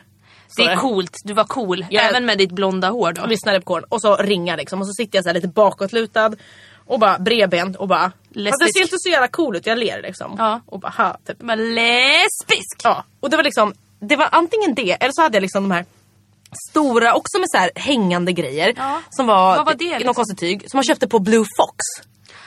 S2: Det är
S3: Sådär.
S2: coolt, du var cool.
S3: Jag-
S2: Även med ditt blonda hår då.
S3: Och lyssnade på corn. Och så ringar liksom. Och så sitter jag så här lite bakåtlutad. Och bara bredbent och bara... Fast det
S2: Lesbisk.
S3: ser inte så jävla cool ut. Jag ler liksom.
S2: Ja.
S3: Och bara ha, typ.
S2: Men lesbisk!
S3: Ja. Och det var liksom... Det var antingen det eller så hade jag liksom de här stora, också med så här hängande grejer.
S2: Ja.
S3: Som var,
S2: Vad var det,
S3: i
S2: liksom?
S3: någon konstigt tyg. Som man köpte på Blue Fox.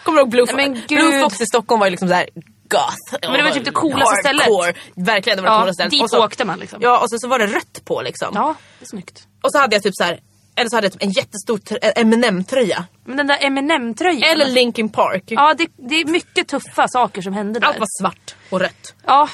S3: Kommer du ihåg Blue Fox?
S2: Nej, men
S3: Blue
S2: gud.
S3: Fox i Stockholm var ju liksom så här goth.
S2: Men det var typ det coolaste stället.
S3: Hardcore. Verkligen det var det
S2: Ja,
S3: coolaste stället.
S2: dit
S3: Och så-
S2: åkte man liksom.
S3: Ja och sen så var det rött på liksom.
S2: Ja, det är snyggt.
S3: Och så hade jag typ så här. Eller så hade jag typ en jättestor tr- M&M tröja
S2: Men den där Eminem tröjan
S3: Eller Linkin Park.
S2: Ja, det, det är mycket tuffa saker som hände där.
S3: Allt var svart och rött.
S2: Ja.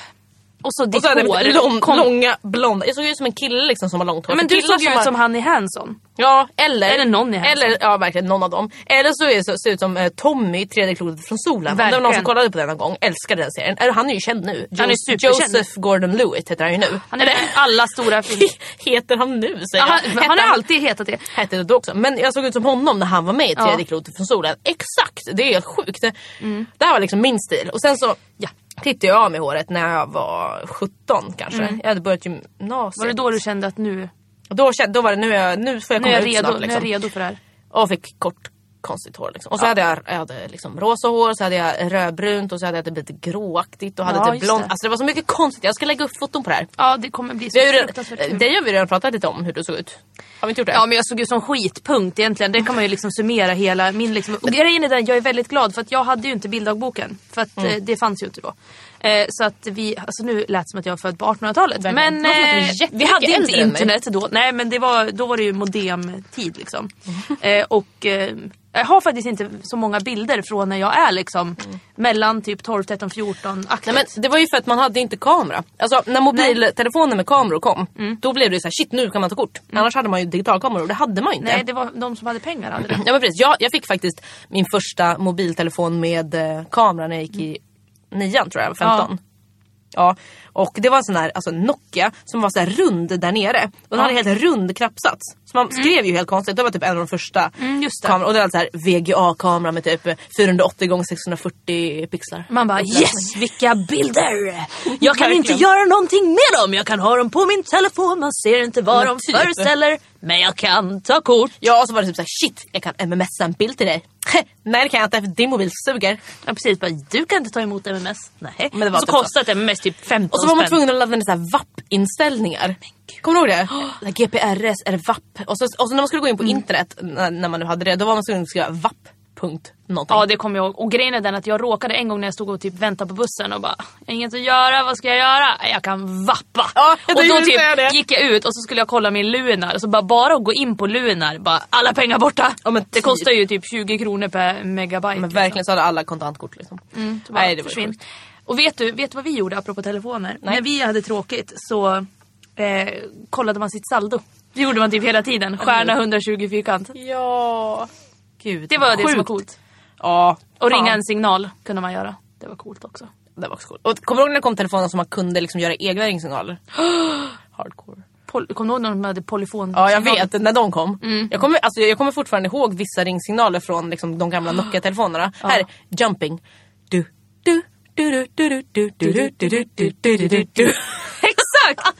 S2: Och så ditt
S3: Och så hade jag
S2: hår.
S3: mitt lång,
S2: Kom-
S3: långa blonda. Jag såg ju ut som en kille liksom som har långt hår.
S2: Ja, men
S3: För
S2: du
S3: killar
S2: såg ju ut
S3: har-
S2: som han i Hanson.
S3: Ja, eller,
S2: Eller någon i Hanson.
S3: eller Ja, verkligen någon av dem. Eller så, är, så ser det ut som eh, Tommy i Tredje klotet från solen. Det var någon som
S2: Verkligen.
S3: kollade på den en gång, älskade den serien. Eller, Han är ju känd nu.
S2: Han är
S3: Jo-
S2: superkänd.
S3: Joseph Gordon-Lewitt heter han ju nu.
S2: Han är med i alla stora filmer.
S3: Eller, heter han nu säger
S2: Ja, han,
S3: jag.
S2: han
S3: Hette
S2: har alltid hetat det.
S3: Hette det då också. Men jag såg ut som honom när han var med i Tredje
S2: Ja. Mm.
S3: klotet från solen. Exakt, det är helt sjukt. Det här var liksom min stil. Och sen så ja. klippte jag av mig håret när jag var 17 kanske. Jag hade börjat gymnasiet.
S2: Mm. Var det då du kände att nu,
S3: Då, kände- då var det nu, är jag, nu får jag
S2: nu, är,
S3: komma
S2: jag
S3: ut
S2: redo,
S3: snart.
S2: nu är
S3: Liksom.
S2: jag redo för det här?
S3: Och fick kort konstigt hår. Liksom. Och så hade jag, jag hade liksom rosa hår, så hade jag rödbrunt och så hade jag typ lite gråaktigt och
S2: Ja,
S3: hade typ
S2: just
S3: blont.
S2: det.
S3: Alltså det var så mycket konstigt. Jag ska lägga upp foton på det här.
S2: Ja, det kommer bli så
S3: Vi har ju
S2: fruktansvärt
S3: redan,
S2: kul.
S3: det har vi redan pratat lite om hur du såg ut. Har vi inte gjort det?
S2: Ja men jag såg ut som skitpunkt egentligen. Det kan man ju liksom summera hela min liksom. Och grejen är den, jag är väldigt glad för att jag hade ju inte bilddagboken. För att eh, det fanns ju inte då. Eh, så att vi, alltså nu lät det som att jag var född på 1800-talet.
S3: Verkligen.
S2: Men
S3: Det låter som att du är
S2: eh, vi
S3: jättemycket
S2: hade inte
S3: äldre än mig.
S2: internet då. Nej men det var, då var det ju modemtid liksom. Eh, och eh, jag har faktiskt inte så många bilder från när jag är liksom mellan typ 12, 13, 14 aktivt.
S3: Nej, men det var ju för att man hade inte kamera. Alltså när mobiltelefoner med kameror kom,
S2: Mm.
S3: då blev det ju såhär shit nu kan man ta kort. Annars hade man ju digitalkameror och det hade man ju inte.
S2: Nej det var de som hade pengar hade det.
S3: Ja, men precis. Jag, jag fick faktiskt min första mobiltelefon med eh, kamera när jag gick i nian tror jag, 15. Ja. och det var en sån där alltså Nokia som var så här rund där nere. Och den hade helt rund knappsats. Så man skrev ju helt konstigt. Det var typ en av de första
S2: Mm, just det.
S3: kamerorna. Och det var så här VGA-kamera med typ 480x640 pixlar.
S2: Man bara yes, vilka bilder! Jag kan inte
S3: Verkligen.
S2: göra någonting med dem, jag kan ha dem på min telefon, man ser inte vad
S3: Men
S2: de
S3: typ.
S2: föreställer. Men jag kan ta kort.
S3: Ja och så var det typ såhär shit jag kan mmsa en bild till dig. Nej det kan jag inte för din mobil suger.
S2: Ja, precis, bara, du kan inte ta emot MMS. Nej. Men
S3: det var
S2: så
S3: typ
S2: kostar ett MMS typ 15
S3: Och så var man
S2: spänn.
S3: tvungen att ladda ner så här VAP-inställningar. Kommer du ihåg det? Oh. GPRS eller VAP. Och så, och så när man skulle gå in på
S2: Mm.
S3: internet, när, när man nu hade det, då var man tvungen att skriva VAP. Punkt, någonting.
S2: Ja det kommer jag ihåg. Och grejen är den att jag råkade en gång när jag stod och typ väntade på bussen och bara "Jag har Inget att göra, vad ska jag göra? Jag kan vappa!
S3: Ja, jag
S2: och då
S3: tänkte säga det.
S2: typ gick jag ut och så skulle jag kolla min Lunar och så bara, bara att gå in på Lunar, bara alla pengar borta!
S3: Ja, men
S2: det
S3: typ.
S2: kostar ju typ 20 kronor per megabyte.
S3: Men
S2: liksom.
S3: verkligen så hade alla kontantkort liksom.
S2: Mm, Så bara,
S3: det var ju
S2: försvinn.
S3: sjukt.
S2: Och vet du, vet du vad vi gjorde apropå telefoner? När vi hade tråkigt så eh, kollade man sitt saldo. Det gjorde man typ hela tiden. Stjärna 120 fyrkant.
S3: Ja. Gud.
S2: Det var det som var
S3: sjukt.
S2: coolt.
S3: Ja.
S2: Och
S3: fan.
S2: ringa en signal kunde man göra. Det var coolt också.
S3: Det var också coolt. Och kommer du ihåg när det kom telefoner som man kunde liksom göra egna ringsignaler? Hardcore.
S2: Pol- Kommer du ihåg när de hade polyfon?
S3: Ja jag vet, när de kom. Jag, kommer, alltså, jag kommer fortfarande ihåg vissa ringsignaler från liksom, de gamla Nokia-telefonerna. Här, jumping. Du, du, du, du, du, du, du, du, du, du, du, du, du, du, du.
S2: Exakt!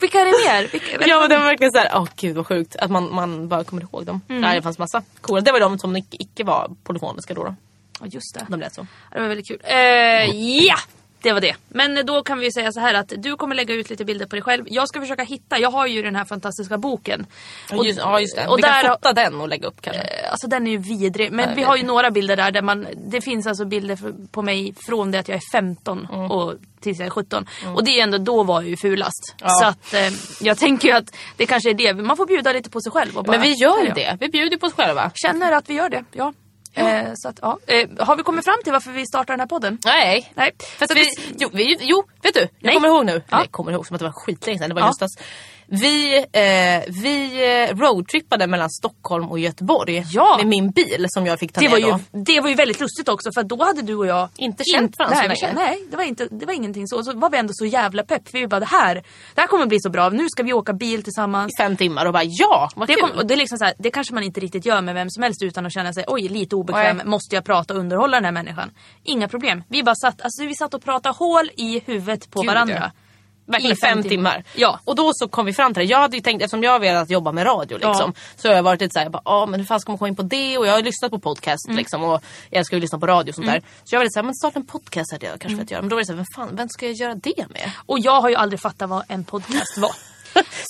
S2: Vilka är det mer? Vilka,
S3: Ja men det var verkligen såhär, åh gud vad sjukt att man, man bara kommer ihåg dem. Nej, det fanns massa coola. Det var de som icke, icke var polifoniska då, då.
S2: Ja, just det.
S3: De lät så.
S2: Det var väldigt kul. Eh, ja! Det var det. Men då kan vi säga så här att du kommer lägga ut lite bilder på dig själv. Jag ska försöka hitta, jag har ju den här fantastiska boken.
S3: Och, just, ja just det,
S2: och
S3: vi
S2: där-
S3: kan fota den och lägga upp kanske.
S2: Eh, Alltså den är ju vidrig. Men vi har ju några bilder där, där man, det finns alltså bilder för, på mig från det att jag är 15
S3: Mm.
S2: och tills jag är 17. Och det är ändå, då var jag ju fulast. Så att eh, jag tänker ju att det kanske är det, man får bjuda lite på sig själv. Och bara,
S3: men vi gör ju
S2: "Här är jag."
S3: det, vi bjuder på oss själva.
S2: Känner att vi gör det, ja. Eh, så att, ja. eh, har vi kommit fram till varför vi startar den här podden?
S3: Nej.
S2: Nej.
S3: För att
S2: Så
S3: vi, jo, vi, jo, vet du? Jag kommer ihåg nu.
S2: Ja.
S3: Nej, kommer ihåg som att det var skitlänge sedan. Det var i
S2: Ja.
S3: höstas. Vi, eh, vi eh, roadtrippade mellan Stockholm och Göteborg
S2: Ja.
S3: med min bil som jag fick ta
S2: Det
S3: med
S2: var,
S3: då.
S2: ju, det var ju väldigt lustigt också för då hade du och jag
S3: Inte känt
S2: in-
S3: varandra så
S2: nej,
S3: länge.
S2: nej, det var, inte, det var ingenting så. Så var vi ändå så jävla pepp. För vi bara det här, det här kommer bli så bra. Nu ska vi åka bil tillsammans.
S3: I fem timmar och bara ja, vad
S2: Det,
S3: kul.
S2: kom, och det, är liksom så här, det kanske man inte riktigt gör med vem som helst utan att känna sig oj lite obekväm,
S3: Nej.
S2: måste jag prata och underhålla den här människan? Inga problem. Vi bara satt, alltså, vi satt och pratade hål i huvudet på
S3: Gud,
S2: varandra.
S3: Verkligen
S2: i
S3: fem,
S2: fem timmar.
S3: timmar.
S2: Ja.
S3: Och då så kom vi fram till det. Jag hade ju tänkt, eftersom jag har velat jobba med radio liksom, så har jag varit lite såhär, jag bara, ah, men hur fan ska man komma in på det? Och jag har lyssnat på podcast
S2: Mm.
S3: liksom, och jag älskar ju att lyssna på radio och sånt där. Så jag var lite såhär, men starta en podcast hade jag kanske velat göra. Men då var det såhär, vem fan, vem ska jag göra det med?
S2: Och jag har ju aldrig fattat vad en podcast var.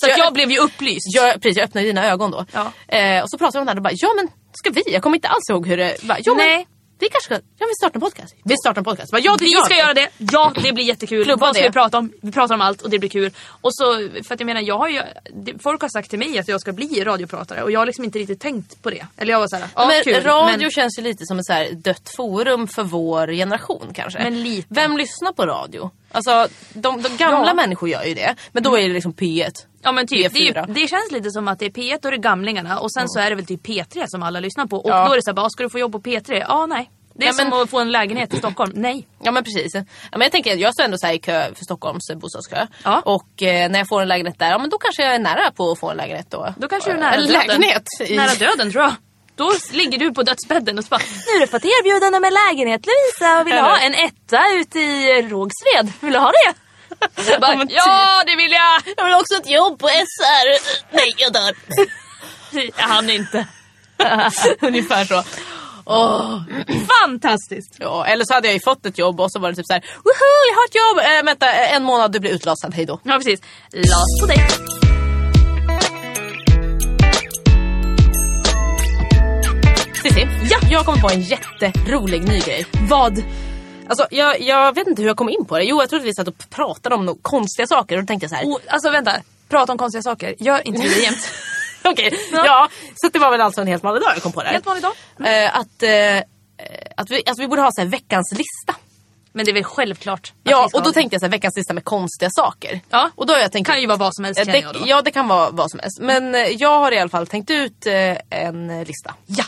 S2: Så att jag, blev ju upplyst.
S3: Jag, precis, jag öppnade dina ögon då.
S2: Ja.
S3: Eh, och så pratade vi om det här och bara, ja men ska vi? Jag kommer inte alls ihåg hur det var. Ja, men,
S2: Nej.
S3: vi kanske ska, ja vi startar en podcast. Vi startar en podcast. Bara, ja, det
S2: vi
S3: gör
S2: ska
S3: vi.
S2: göra det, ja det blir jättekul.
S3: Klubba
S2: Vad ska
S3: det.
S2: vi prata om? Vi pratar om allt och det blir kul. Och så, för att jag menar, jag har ju, det- folk har sagt till mig att jag ska bli radiopratare och jag har liksom inte riktigt tänkt på det. Eller jag var såhär, ja
S3: men
S2: kul.
S3: radio
S2: men,
S3: känns ju lite som ett så här dött forum för vår generation kanske.
S2: Men lite.
S3: Vem lyssnar på radio? Alltså de, de gamla
S2: Ja.
S3: människor gör ju det. Men då är det liksom P1.
S2: ja, men typ, det,
S3: P4.
S2: är ju- det känns lite som att det är P1 och det är gamlingarna och sen så är det väl typ P3 som alla lyssnar på. Och
S3: Ja.
S2: då är det såhär, bara, ska du få jobb på P3? Ja, nej. Det är
S3: Ja, men-
S2: som att få en lägenhet i Stockholm. Nej.
S3: Ja men precis. Ja, men jag tänker att jag står ändå så här i kö för Stockholms eh, bostadskö.
S2: Ja.
S3: Och eh, när jag får en lägenhet där, ja men då kanske jag är nära på att få en lägenhet då.
S2: Då kanske du är
S3: Eh,
S2: nära
S3: en
S2: döden.
S3: lägenhet. I...
S2: Nära döden tror jag. Då ligger du på dödsbädden och så bara Nu är det för ett erbjudande med lägenhet Lovisa och vill ha en etta ute i Rågsved. Vill du ha det? Jag bara, ja det vill jag!
S3: typ. Jag vill också ha ett jobb på SR. Nej jag dör.
S2: Han inte.
S3: Ungefär så.
S2: Fantastiskt!
S3: Ja, eller så hade jag ju fått ett jobb och så var det typ så här, Woohoo, jag har ett jobb! Eh, vänta, eh, en månad du blir utlasad, hejdå.
S2: Ja precis. Las på dig.
S3: Cissi, ja. jag kom på en jätterolig ny grej. Vad? Alltså, jag, jag vet inte hur jag kom in på det. Jo, jag trodde vi satt och pratade om några konstiga saker och då tänkte jag så här.
S2: Oh, alltså vänta, prata om konstiga saker. Gör inte det jämt.
S3: Okej, ja.
S2: Ja.
S3: Så det var väl alltså en helt vanlig dag jag kom på det här.
S2: Helt vanlig dag.
S3: Eh, att, eh, att, vi, att vi borde ha så här veckans lista.
S2: Men det är väl självklart. att vi
S3: Ja,
S2: ska
S3: och
S2: ha
S3: då
S2: det.
S3: tänkte jag så här, veckans lista med konstiga saker.
S2: Ja.
S3: Och då har jag tänkt,
S2: Kan ju vara vad som helst,
S3: Eh,
S2: känner
S3: det,
S2: jag då.
S3: Ja, det kan vara vad som helst. Men eh, jag har i alla fall tänkt ut eh, en eh, lista.
S2: Ja!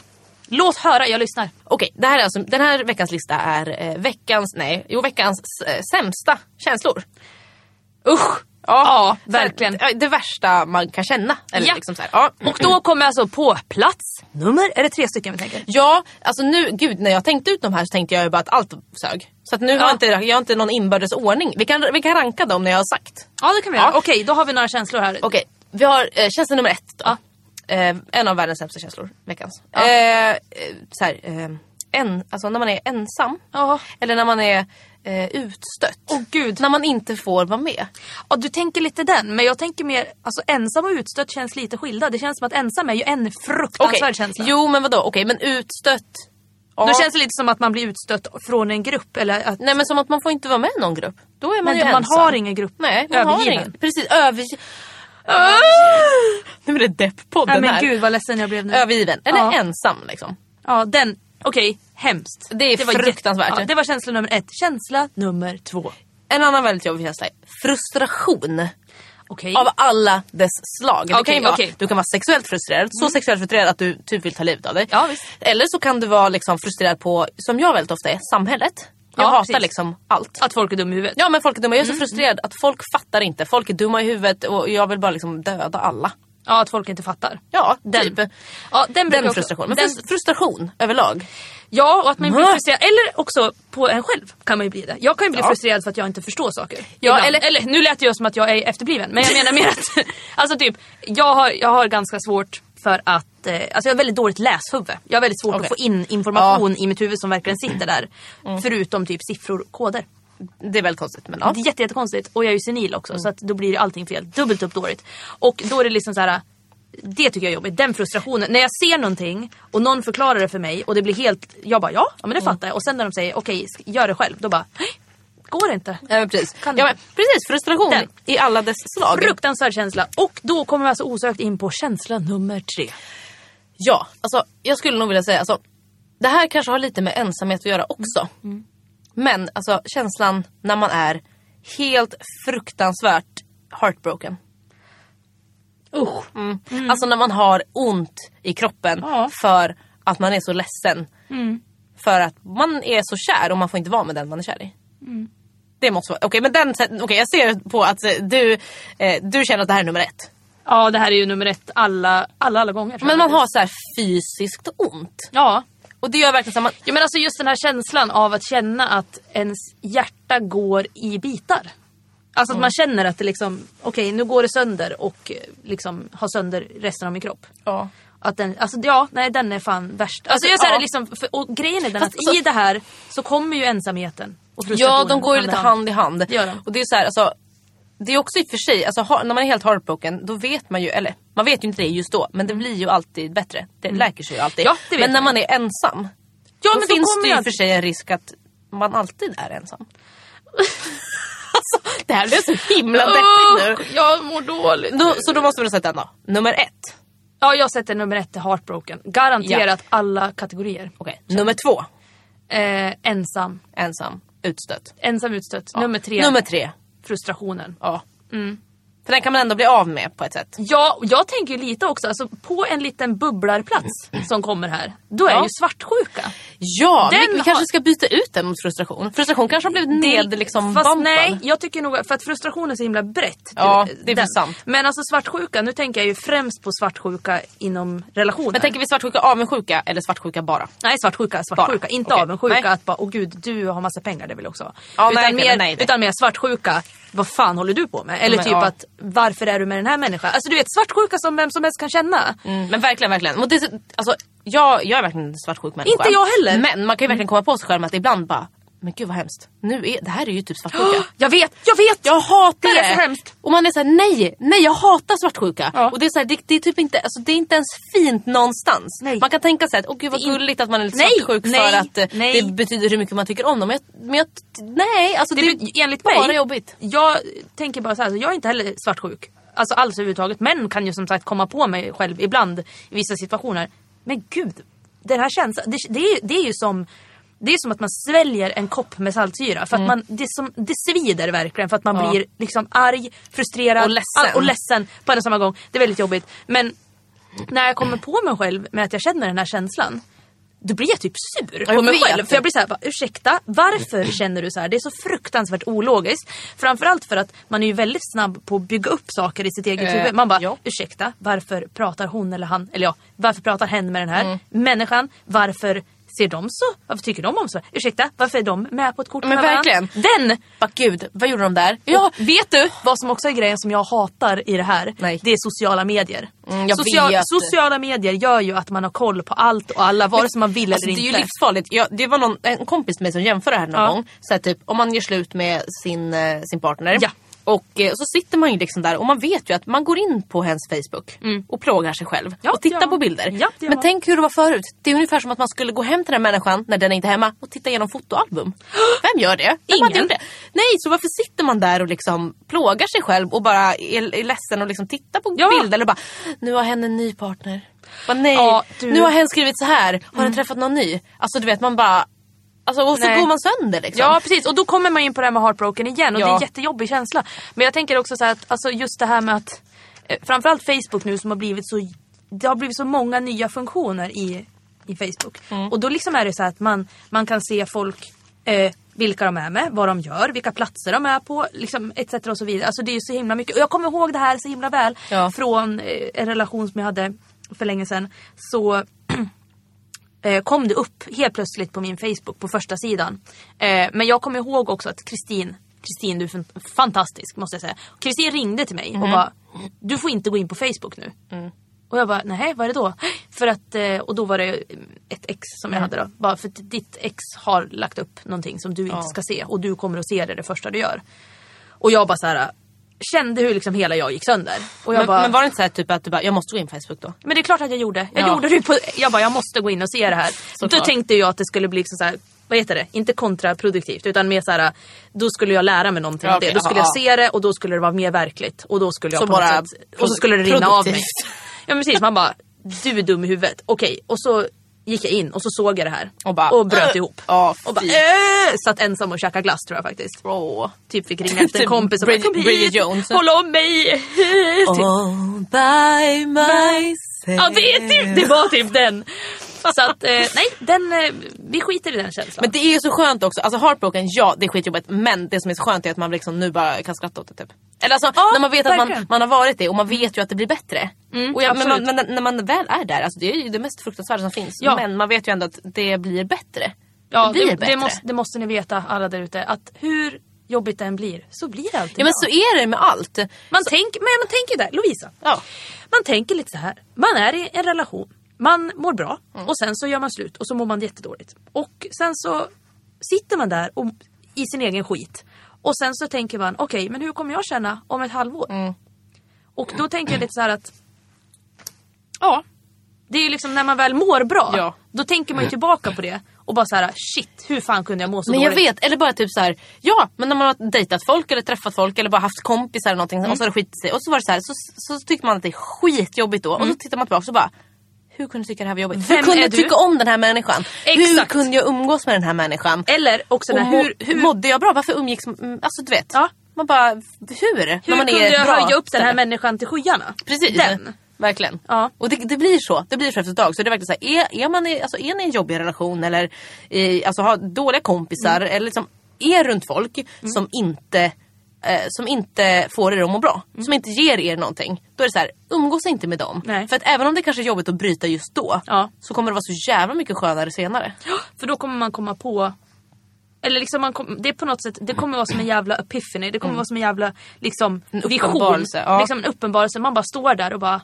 S2: Låt höra, jag lyssnar.
S3: Okej, det här är alltså, den här veckans lista är eh, veckans, nej, jo veckans eh, sämsta känslor.
S2: Usch!
S3: Ja, så här, eh,
S2: verkligen.
S3: Det, det värsta man kan känna. Eller
S2: Ja.
S3: liksom så här, ja.
S2: Och då kommer jag alltså på plats nummer, är det tre stycken vi tänker?
S3: Ja, alltså nu, gud när jag tänkte ut de här så tänkte jag ju bara att allt sög. Så att nu har jag inte, jag har inte någon inbördes ordning. Vi kan, vi kan ranka dem när jag har sagt.
S2: Ja det kan vi
S3: Ja.
S2: göra. Okej, då har vi några känslor här.
S3: Okej, vi har eh, känsla nummer ett då. Eh, en av världens sämsta känslor, veckans.
S2: Ja.
S3: Eh, eh, så här, eh, en, alltså när man är ensam.
S2: Ja.
S3: Eller när man är eh, utstött.
S2: Åh, gud. Alltså,
S3: När man inte får vara med.
S2: Ja, du tänker lite den, men jag tänker mer alltså, ensam och utstött känns lite skilda. Det känns som att ensam är ju en fruktansvärd
S3: Okej,
S2: känsla.
S3: Jo men vadå, okej men utstött. Ja.
S2: Då känns det lite som att man blir utstött från en grupp. Eller att,
S3: Nej men som att man får inte vara med i någon grupp. Då är man
S2: men
S3: ju
S2: man
S3: ensam.
S2: har ingen grupp.
S3: Nej, man har
S2: Övergiven. Ah!
S3: ingen. Precis, övergiven. Nu blir det
S2: Nej
S3: depp-podden
S2: men
S3: här.
S2: gud vad ledsen jag blev nu.
S3: Övergiven, eller
S2: Ja.
S3: ensam liksom.
S2: Ja, den. Okej, hemskt.
S3: Det är
S2: jätte-
S3: fruktansvärt.
S2: Ja, det var känsla nummer ett. Känsla nummer två.
S3: En annan väldigt jobbig känsla är frustration.
S2: Okej.
S3: Av alla dess slag. Det kan
S2: Okej,
S3: ju vara,
S2: okej. Mm.
S3: Du kan vara sexuellt frustrerad, så sexuellt frustrerad att du typ vill ta livet av dig.
S2: Ja, visst.
S3: Eller så kan du vara liksom frustrerad på, som jag väldigt ofta är, samhället. Jag
S2: Ja,
S3: hatar
S2: precis. Mm,
S3: liksom allt.
S2: Att folk är dumma i huvudet.
S3: Ja men folk är dumma, jag är så frustrerad att folk fattar inte. Folk är dumma i huvudet och jag vill bara liksom döda alla.
S2: Ja, att folk inte fattar.
S3: Ja, den, typ.
S2: Ja, den, brukar
S3: Den
S2: också-
S3: frustrationen. Men
S2: den-
S3: frus- frustration överlag.
S2: Ja, och att man blir
S3: Mm.
S2: frustrerad. Eller också på en själv kan man ju bli det. Jag kan ju bli
S3: Ja.
S2: frustrerad för att jag inte förstår saker.
S3: Ja,
S2: Ibland.
S3: eller-
S2: eller nu lät det ju som att jag är efterbliven. Men jag menar mer att... Alltså typ, jag har, jag har ganska svårt för att... Eh, alltså jag har väldigt dåligt läshuvud. Jag har väldigt svårt
S3: Okej. Mm.
S2: att få in information i mitt huvud som verkligen sitter där. Förutom typ siffror och koder.
S3: Det är väldigt konstigt men ja.
S2: Det är jätte, jättekonstigt. Och jag är ju senil också så att då blir allting fel. Dubbelt upp dåligt. Och då är det liksom så här. Det tycker jag är jobbigt. Den frustrationen. När jag ser någonting och någon förklarar det för mig och det blir helt... Jag bara ja, ja men det fattar jag. Och sen när de säger okej, sk- gör det själv. Då bara, "Nej, går det inte.
S3: Ja, men precis.
S2: Kan-
S3: Ja, men precis, frustration
S2: Den.
S3: i alla dess slag.
S2: Fruktansvärd känsla. Och då kommer vi alltså osökt in på känsla nummer tre.
S3: Ja, alltså jag skulle nog vilja säga alltså, Det här kanske har lite med ensamhet att göra också. Men alltså känslan när man är helt fruktansvärt heartbroken.
S2: Usch.
S3: Mm. Alltså när man har ont i kroppen
S2: Ja.
S3: för att man är så ledsen. För att man är så kär och man får inte vara med den man är kär i. Det måste vara... Okej, men den... Okej, jag ser på att eh, du, eh, du känner att det här är nummer ett.
S2: Ja, det här är ju nummer ett alla, alla, alla gånger. tror
S3: Men
S2: jag.
S3: man har så här fysiskt ont.
S2: Ja.
S3: Och det gör verkligen så att man...
S2: ja, men alltså just den här känslan av att känna att ens hjärta går i bitar. Alltså att man känner att det liksom, okej nu går det sönder och eh, liksom har sönder resten av min kropp.
S3: Ja.
S2: Att den, alltså ja, nej den är fan värst. Alltså jag säger
S3: ja.
S2: liksom, för, och grejen är den
S3: Fast
S2: att i det här så kommer ju ensamheten och
S3: Ja,
S2: frustrationen.
S3: de går ju lite hand i hand.
S2: Det gör de.
S3: Och det är så här, alltså, det är också i och för sig, alltså, ha- när man är helt heartbroken då vet man ju, eller man vet ju inte det just då men det blir ju alltid bättre. Det läker sig ju alltid.
S2: Mm. Ja, det vet
S3: men när
S2: man.
S3: man är ensam ja, då
S2: men då
S3: finns
S2: kommer
S3: det ju i
S2: jag-
S3: och för sig en risk att man alltid är ensam. alltså, det här blev så himla deppigt nu.
S2: Usch, Jag mår dåligt.
S3: Då, så då måste vi sätta en då. Nummer ett.
S2: Ja, jag sätter nummer ett till Heartbroken. Garanterat alla kategorier.
S3: Okej. Nummer två.
S2: Eh, ensam.
S3: Ensam. Utstött.
S2: Ensam utstött. Nummer tre. Mm.
S3: Nummer tre.
S2: Frustrationen.
S3: Ja. För den kan man ändå bli av med på ett sätt.
S2: Ja, och jag tänker ju lite också, alltså på en liten bubblarplats som kommer här, då är
S3: Ja.
S2: ju svartsjuka.
S3: Ja,
S2: Den
S3: vi, vi
S2: har-
S3: kanske ska byta ut den mot frustration. Frustration kanske har blivit ned, liksom,
S2: Fast
S3: bumpad.
S2: nej, jag tycker nog för att frustrationen är så himla brett.
S3: Ja,
S2: du-
S3: det är
S2: den.
S3: väl sant.
S2: Men alltså svartsjuka, nu tänker jag ju främst på svartsjuka inom relationer.
S3: Men tänker vi svartsjuka, avundsjuka eller svartsjuka bara?
S2: Nej, svartsjuka, svartsjuka.
S3: Bara.
S2: Inte
S3: Okej.
S2: avundsjuka
S3: Nej.
S2: att bara, åh gud, du har massa pengar, det vill jag också ha.
S3: Ja,
S2: utan,
S3: nej, okej,
S2: mer,
S3: nej, nej.
S2: utan mer svartsjuka, vad fan håller du på med? Eller
S3: Men,
S2: typ
S3: ja.
S2: att, varför är du med den här människan? Alltså du vet, svartsjuka som vem som helst kan känna.
S3: Men verkligen, verkligen. Och det, alltså, jag, jag är verkligen en svartsjuk människa.
S2: Inte jag heller.
S3: Men man kan ju verkligen komma på sig själv med att ibland bara, men gud vad hemskt. Nu är, det här är ju typ svartsjuka.
S2: Jag vet, jag vet!
S3: Jag hatar det!
S2: Det är så hemskt.
S3: Och man är såhär, nej, nej jag hatar svartsjuka.
S2: Ja.
S3: Och det är, så här, det, det, är typ inte, alltså, det är inte ens fint någonstans.
S2: Nej.
S3: Man kan tänka sig att, åh gud vad
S2: Det är in-
S3: gulligt att man är lite
S2: Nej,
S3: svartsjuk
S2: nej,
S3: för att eh,
S2: nej.
S3: det betyder hur mycket man tycker om dem. Men jag, men jag, nej, alltså det,
S2: Det, det, enligt mig,
S3: bara jobbigt.
S2: jag tänker bara så här, så jag är inte heller svartsjuk. Alltså alls överhuvudtaget. Men kan ju som sagt komma på mig själv ibland i vissa situationer. Men gud, den här känslan. Det, det, är- det är ju som det är som att man sväljer en kopp med saltsyra. För att man, det, är som, det svider verkligen för att man
S3: Mm. Ja.
S2: blir liksom arg, frustrerad
S3: Och ledsen.
S2: all- och ledsen på en och samma gång. Det är väldigt jobbigt. Men när jag kommer på mig själv med att jag känner den här känslan. Då blir jag typ sur på
S3: jag
S2: mig
S3: vet.
S2: själv. För jag blir så här, bara, ursäkta, varför känner du så här? Det är så fruktansvärt ologiskt. Framförallt för att man är ju väldigt snabb på att bygga upp saker i sitt eget
S3: Eh,
S2: huvud. Man bara,
S3: ja.
S2: ursäkta, varför pratar hon eller han, eller ja, varför pratar hen med den här
S3: Mm.
S2: människan? Varför ser de så? Varför tycker de om så? Ursäkta, varför är de med på ett kort
S3: Men
S2: med
S3: verkligen.
S2: Varann? Den!
S3: Bara gud, vad gjorde de där?
S2: Ja,
S3: vet du?
S2: Vad som också är grejen som jag hatar i det här,
S3: Nej.
S2: det är sociala medier.
S3: Mm, jag vet.
S2: Sociala medier gör ju att man har koll på allt och alla, vare sig man vill
S3: Alltså, det
S2: eller
S3: är ju
S2: inte.
S3: livsfarligt. Jag, det var någon, en kompis med mig som jämförde det här någon
S2: Ja.
S3: gång. Så här, typ, om man gör slut med sin, eh, sin partner.
S2: Ja.
S3: Och eh, så sitter man ju liksom där och man vet ju att man går in på hens Facebook och plågar sig själv.
S2: Mm. Ja,
S3: och tittar
S2: det gör
S3: på
S2: man.
S3: bilder.
S2: Ja, det gör
S3: Men
S2: man.
S3: tänk hur det var förut. Det är ungefär som att man skulle gå hem till den här människan när den är inte är hemma och titta igenom fotoalbum. Vem gör det? Vem hade
S2: Ingen.
S3: gjort det? Nej, så varför sitter man där och liksom plågar sig själv och bara är, är ledsen och liksom tittar på
S2: Ja.
S3: bilder och bara Nu har hen en ny partner. Bara, nej, Mm.
S2: Ja, du-
S3: nu har hen skrivit så här. Har den träffat någon ny? Alltså du vet man bara... Alltså, och så
S2: Nej.
S3: går man sönder liksom.
S2: Ja precis och då kommer man in på det här med heartbroken igen och
S3: Ja.
S2: det är en jättejobbig känsla. Men jag tänker också så här att alltså just det här med att eh, framförallt Facebook nu som har blivit så det har blivit så många nya funktioner i, i Facebook.
S3: Mm.
S2: Och då liksom är det så här att man, man kan se folk eh, vilka de är med, vad de gör, vilka platser de är på liksom, etc. Och så vidare. Alltså det är ju så himla mycket. Och jag kommer ihåg det här så himla väl
S3: Ja.
S2: från eh, en relation som jag hade för länge sedan. Så eh, kom det upp helt plötsligt på min Facebook på första sidan. Eh, men jag kommer ihåg också att Kristin, Kristin du är fan- fantastisk måste jag säga. Kristin ringde till mig
S3: Mhm.
S2: och bara, du får inte gå in på Facebook nu.
S3: Mm.
S2: Och jag bara, nej vad är det då? För att, eh, och då var det eh, ett ex som
S3: Mm.
S2: jag hade då. Bara för att ditt ex har lagt upp någonting som du inte ska se och du kommer att se det det första du gör. Och jag bara så här kände hur liksom hela jag gick sönder. Och jag
S3: men,
S2: bara,
S3: men var det inte så här, typ att du bara, jag måste gå in på Facebook då?
S2: men det är klart att jag gjorde. Jag
S3: Ja.
S2: gjorde det på, jag bara jag måste gå in och se det här. då
S3: klart.
S2: tänkte jag att det skulle bli liksom så här, vad heter det, inte kontraproduktivt utan mer så här, då skulle jag lära mig någonting
S3: Ja,
S2: av det.
S3: okej,
S2: Då skulle jag se
S3: ja.
S2: det och då skulle det vara mer verkligt. Och då skulle jag
S3: Så
S2: på något
S3: bara
S2: sätt, och så skulle det rinna av mig.
S3: produktivt.
S2: Ja men precis, man bara du är dum i huvudet. Okej, och så gick jag in och så såg jag det här.
S3: Och bara,
S2: bröt
S3: "Åh,
S2: ihop.
S3: ja,
S2: och bara,
S3: fy."
S2: äh, satt ensam och käkade glass tror jag faktiskt.
S3: Åh.
S2: Typ fick ringa efter en
S3: Typ
S2: kompis och
S3: Brid-
S2: bara kom hit,
S3: Bridget Jones.
S2: håll om mig. typ.
S1: All by myself.
S2: Ja det, är typ, det var typ den. Så att eh, nej, den, eh, vi skiter i den känslan.
S3: Men det är ju så skönt också, alltså heartbroken ja det är skitjobbigt men det som är så skönt är att man liksom nu bara kan skratta åt det typ. Eller alltså
S2: Ja,
S3: när man vet att man,
S2: verkligen.
S3: man har varit det och man vet ju att det blir bättre. och jag, men, man,
S2: absolut.
S3: men när man väl är där, alltså, det är ju det mest fruktansvärda som finns.
S2: Ja.
S3: Men man vet ju ändå att det blir bättre.
S2: ja,
S3: det blir
S2: det,
S3: bättre.
S2: det, måste, det måste ni veta alla där ute att hur jobbigt det än blir så blir det alltid
S3: Ja men
S2: bra.
S3: så är det med allt.
S2: Man tänker, men man tänker där, Lovisa.
S3: Ja.
S2: Man tänker lite så här. Man är i en relation. Man mår bra
S3: Mm.
S2: och sen så gör man slut och så mår man jättedåligt. Och sen så sitter man där och, i sin egen skit. Och sen så tänker man, okej men hur kommer jag känna om ett halvår?
S3: Mm.
S2: Och då tänker jag lite så här att, ja. Det är ju liksom när man väl mår bra,
S3: Ja.
S2: då tänker man ju tillbaka på det. Och bara så här, shit hur fan kunde jag må så
S3: Men jag
S2: dåligt?
S3: vet, eller bara typ så här, ja men när man har dejtat folk eller träffat folk eller bara haft kompisar eller någonting och så har
S2: Mm.
S3: det skitit sig och så var det så här, så, så tyckte man att det är skitjobbigt då och så tittar man tillbaka och så bara hur kunde jag tycka det här var jobbigt? hur
S2: Mm. Vem
S3: kunde
S2: är
S3: jag
S2: du?
S3: tycka om den här människan? Hur
S2: Exakt.
S3: kunde jag umgås med den här människan?
S2: Eller också
S3: Och
S2: där,
S3: må,
S2: hur, hur,
S3: mådde jag bra? Varför umgicks mm, Alltså du vet.
S2: Ja.
S3: Man bara, hur?
S2: hur kunde jag höja upp den här människan till skyarna?
S3: Precis.
S2: Den.
S3: Verkligen.
S2: Ja.
S3: Och det, det blir så. Det blir så efter ett tag. Så det är verkligen så här, är, är, man i, alltså, är ni i en jobbig relation eller i, alltså, har dåliga kompisar
S2: Mm.
S3: eller liksom är runt folk som inte eh, som inte får er att må bra.
S2: Mm.
S3: Som inte ger er någonting. Då är det så här, umgås inte med dem.
S2: Nej.
S3: För att även om det kanske är jobbigt att bryta just då.
S2: Ja.
S3: Så kommer det vara så jävla mycket skönare senare.
S2: För då kommer man komma på eller liksom man kom, det är på något sätt, det kommer vara som en jävla epiphany, det kommer vara som en jävla liksom,
S3: Mm. En
S2: vision.
S3: uppenbarelse, ja.
S2: Liksom en uppenbarelse, man bara står där och bara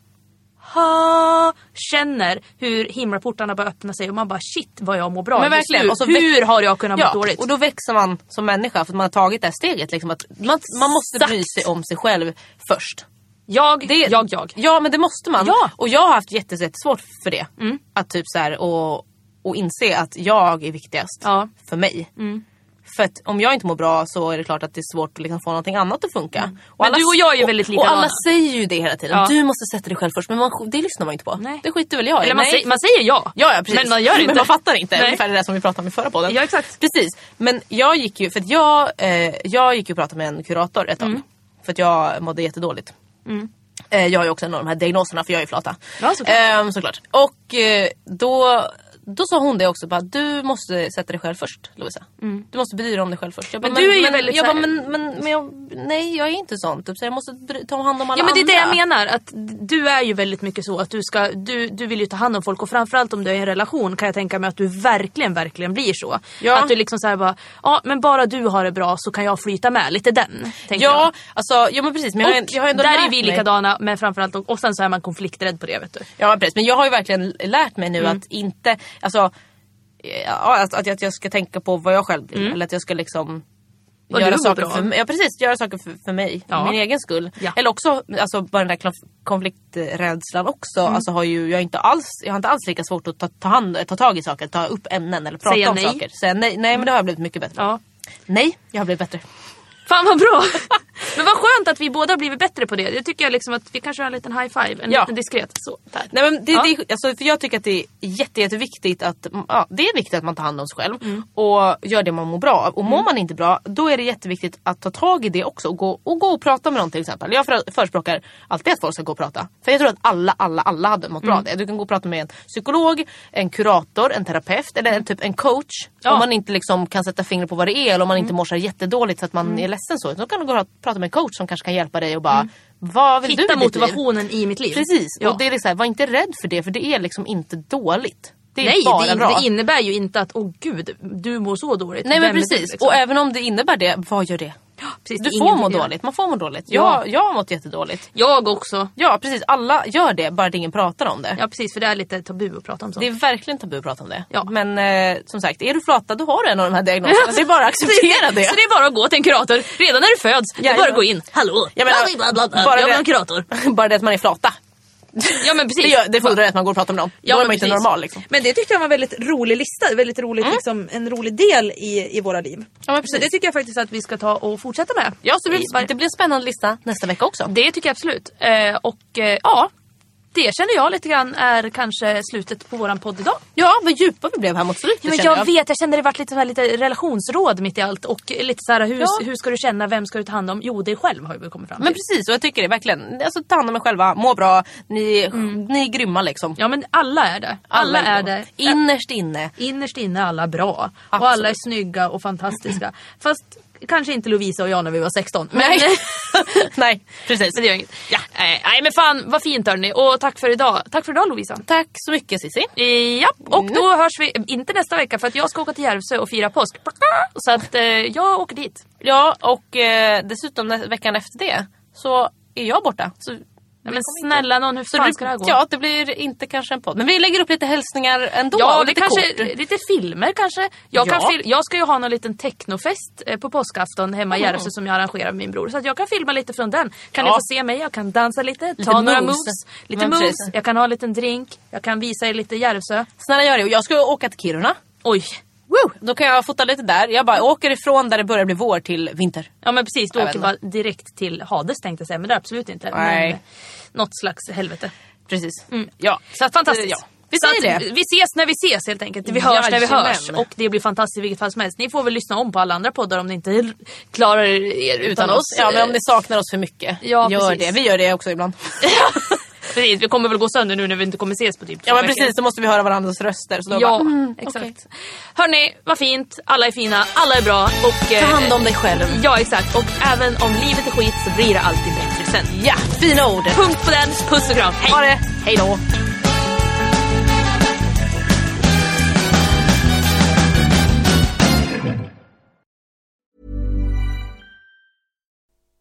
S2: ha, känner hur himlaportarna bara öppnar sig och man bara shit vad jag mår bra
S3: Men
S2: just
S3: verkligen,
S2: nu.
S3: och så
S2: hur
S3: väx-
S2: har jag kunnat må dåligt?
S3: Och då växer man som människa för att man har tagit det här steget. Liksom, att man, man måste bry sig om sig själv först.
S2: jag,
S3: Det-
S2: jag, jag.
S3: Ja men det måste man.
S2: Ja. Mm.
S3: Och jag har haft jättes- jättesvårt för det. Att typ så här och, och inse att jag är viktigast
S2: Ja. Mm.
S3: för mig. För att om jag inte mår bra så är det klart att det är svårt att liksom få någonting annat att funka. Och
S2: Mm. Men du och jag är ju
S3: och-
S2: väldigt
S3: Och alla
S2: likadana.
S3: säger ju det hela tiden.
S2: Ja.
S3: Du måste sätta dig själv först. Men man, det lyssnar man inte på.
S2: Nej.
S3: Det skiter väl jag i.
S2: Eller man,
S3: Nej.
S2: säger, man säger ja,
S3: Ja, ja precis.
S2: men man gör inte.
S3: Men man fattar inte.
S2: Nej.
S3: Ungefär det där som vi pratade om i förra podden.
S2: Ja, exakt.
S3: Precis. Men jag gick ju, för att jag, eh, jag gick ju och pratade med en kurator ett tag.
S2: Mm.
S3: För att jag mådde jättedåligt. Eh, jag har ju också en av de här diagnoserna för jag är flata.
S2: Ja, såklart.
S3: Ehm, såklart. Och eh, då, då sa hon det också, bara, du måste sätta dig själv först Lovisa. Du måste bry dig om dig själv först. Jag bara,
S2: Mm. Men du är ju
S3: men,
S2: väldigt
S3: jag
S2: så
S3: bara,
S2: här-
S3: men, men, men jag, nej jag är inte sån. Typ. Så jag måste bry, ta hand om alla
S2: Ja men det är det
S3: andra.
S2: jag menar, att du är ju väldigt mycket så att du, ska, du, du vill ju ta hand om folk och framförallt om du är i en relation kan jag tänka mig att du verkligen, verkligen blir så.
S3: Ja.
S2: Att du liksom såhär bara, ja men bara du har det bra så kan jag flyta med, lite den. tänker
S3: Ja, alltså, ja men precis. Men
S2: jag.
S3: jag,
S2: liksom. Och
S3: har- jag har ändå
S2: där är
S3: lärt
S2: vi
S3: mig-
S2: likadana men framförallt, och sen så är man konflikträdd på det vet du.
S3: Ja men precis, men jag har ju verkligen lärt mig nu
S2: Mm.
S3: att inte, alltså ja, att, att, jag- att jag ska tänka på vad jag själv vill eller att jag ska liksom
S2: Vad Mm. du
S3: göra
S2: mår
S3: saker,
S2: bra
S3: för,
S2: av.
S3: mig- ja, precis, göra saker för, för mig,
S2: Ja.
S3: min egen skull.
S2: Ja.
S3: Eller också alltså, bara den där konf- konflikträdslan också.
S2: Mm.
S3: Alltså, har ju, jag, har inte alls, jag har inte alls lika svårt att ta, ta, hand, ta tag i saker, ta upp ämnen eller prata
S2: Säga
S3: om
S2: nej.
S3: saker. Säga nej. Nej men det har jag blivit mycket bättre på.
S2: Ja.
S3: Nej, jag har blivit bättre.
S2: Fan vad bra! men vad skönt att vi båda har blivit bättre på det. Det tycker jag liksom att vi kan köra en liten high five, en
S3: Ja.
S2: liten diskret. Så, där.
S3: Nej, men det,
S2: Ja.
S3: det, alltså, för jag tycker att det är jätte, jätteviktigt att, ja, det är viktigt att man tar hand om sig själv
S2: Mm.
S3: och gör det man mår bra av. Och mår man inte bra då är det jätteviktigt att ta tag i det också och gå och, gå och prata med någon till exempel. Jag för, förespråkar alltid att folk ska gå och prata. För jag tror att alla, alla, alla hade mått bra av
S2: Mm.
S3: det. Du kan gå och prata med en psykolog, en kurator, en terapeut eller en, typ en coach. Om
S2: Ja. Mm.
S3: man inte liksom kan sätta fingret på vad det är eller om man inte mår så här jättedåligt så att man är ledsen så. Då kan du gå och prata med en coach som kanske kan hjälpa dig och bara vad vill du
S2: Mm. Hitta
S3: med ditt liv?
S2: motivationen i mitt liv.
S3: Precis,
S2: Ja.
S3: och det är liksom, så här, var inte rädd för det för det är liksom inte dåligt. Det är
S2: Nej,
S3: bara
S2: det, in-
S3: bra.
S2: det innebär ju inte att åh gud, du mår så dåligt.
S3: Nej men
S2: Vem är du,
S3: precis,
S2: liksom?
S3: och även om det innebär det, vad gör det?
S2: Precis,
S3: Du
S2: det är
S3: får
S2: ingen
S3: må
S2: idé.
S3: dåligt, man får må dåligt.
S2: Ja.
S3: Jag, jag har mått jättedåligt.
S2: Jag också.
S3: Ja precis, alla gör det bara att ingen pratar om det.
S2: Ja precis, för det är lite tabu att prata om sånt.
S3: Det är verkligen tabu att prata om det.
S2: Ja.
S3: Men eh, som sagt, är du flata då har du en av de här diagnoserna. Det är bara att acceptera det.
S2: Så det är bara att gå till en kurator. Redan när du föds, det är bara
S3: Jajamän.
S2: att gå in. Hallå! Jag
S3: Jag menar,
S2: bla, bla, bla, bla. jag
S3: bara det-
S2: vill ha en kurator.
S3: bara det att man är flata.
S2: Ja men precis.
S3: Det, gör, det fordrar att man går och pratar med någon.
S2: Ja,
S3: då är
S2: men
S3: man inte
S2: precis.
S3: normal liksom. Mm.
S4: Men det tyckte jag var en väldigt rolig lista, väldigt roligt, liksom, en rolig del i, i våra liv.
S3: Ja, men
S2: Så
S3: precis.
S2: det tycker jag faktiskt att vi ska ta och fortsätta med.
S3: Ja, så det, blir, det blir en spännande lista nästa vecka också.
S2: Det tycker jag absolut. Eh, och eh, ja, Det känner jag lite grann är kanske slutet på våran podd idag.
S3: Ja, vad djupa vi blev här mot slutet
S2: Ja, men
S3: känner
S2: jag vet, jag känner det varit lite, så här, lite relationsråd mitt i allt och lite så här hur,
S3: Ja.
S2: hur ska du känna, vem ska du ta hand om? Jo, dig själv har vi kommit fram till.
S3: Men precis, och jag tycker det verkligen. Alltså, ta hand om er själva, må bra, ni, ni är grymma liksom.
S2: Mm. Ja men alla är det. Alla, är
S3: grymma.
S2: det.
S3: Innerst inne.
S2: Innerst inne är alla bra. Och
S3: Absolut.
S2: alla är snygga och fantastiska. Fast kanske inte Lovisa och jag när vi var 16. Men,
S3: Nej, Nej precis.
S2: men det gör inget.
S3: Ja.
S2: Nej, nej men fan vad fint hörni. Och tack för idag. Tack för idag Lovisa.
S3: Tack så mycket Mm. Cissi.
S2: Ja, och då hörs vi, inte nästa vecka för att jag ska åka till Järvsö och fira påsk. Så att eh, jag åker dit.
S3: Ja, och eh, dessutom nä- veckan efter det så är jag borta. Så,
S2: Nej, men snälla någon, hur
S3: så
S2: fan ska det här gå?
S3: Ja, det blir inte kanske en podd. Men vi lägger upp lite hälsningar ändå.
S2: Ja,
S3: och
S2: det
S3: lite
S2: kanske,
S3: kort.
S2: lite filmer kanske. Jag, kan
S3: Ja.
S2: fil- jag ska ju ha någon liten technofest eh, på påskafton hemma i Järvsö som jag arrangerar med min bror. Så att jag kan filma lite från den. Kan
S3: Ja.
S2: ni få se mig? Jag kan dansa lite, ta några
S3: moves.
S2: moves. Lite
S3: Men
S2: moves,
S3: precis.
S2: jag kan ha en liten drink. Jag kan visa er lite Järvsö.
S3: Snälla gör det. Och jag ska ju åka till Kiruna.
S2: Oj!
S3: Woo! Då kan jag fota lite där. Jag bara åker ifrån där det börjar bli vår till vinter.
S2: Ja men precis, du
S3: Jag
S2: åker
S3: vet
S2: bara direkt till Hades tänkte jag säga. Men det är absolut inte.
S3: Nej.
S2: Men, eh, något slags helvete.
S3: Precis.
S2: Mm.
S3: Ja,
S2: Så att, fantastiskt.
S3: Ja. Vi
S2: Så
S3: säger
S2: att
S3: det.
S2: Vi ses när vi ses helt enkelt. Vi hörs när vi
S3: Jajamän.
S2: hörs. Och det blir fantastiskt i vilket fall som helst. Ni får väl lyssna om på alla andra poddar om ni inte r- klarar er utan,
S3: Utan
S2: oss.
S3: oss. Ja, men om ni saknar oss för mycket.
S2: Ja,
S3: gör
S2: precis.
S3: det. Vi gör det också ibland.
S2: Precis, vi kommer väl gå sönder nu när vi inte kommer ses på typ två
S3: Ja, men
S2: veckor.
S3: precis. Då måste vi höra varandras röster. Så då
S2: Ja,
S3: bara, mm,
S2: exakt.
S3: okej.
S2: Hörni, vad fint. Alla är fina, alla är bra. Och, eh,
S3: Ta hand om dig själv.
S2: Ja, exakt. Och även om livet är skit så blir det alltid bättre sen.
S3: Ja, fina ord.
S2: Punkt på den. Puss och kram. Hej!
S3: Ha det. Hej då.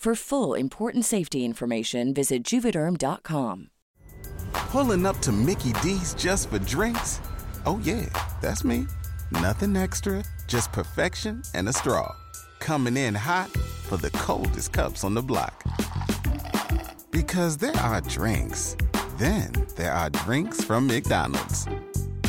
S6: For full important safety information, visit juvederm.com.
S7: Pulling up to Mickey D's just for drinks? Oh, yeah, that's me. Nothing extra, just perfection and a straw. Coming in hot for the coldest cups on the block. Because there are drinks, then there are drinks from McDonald's.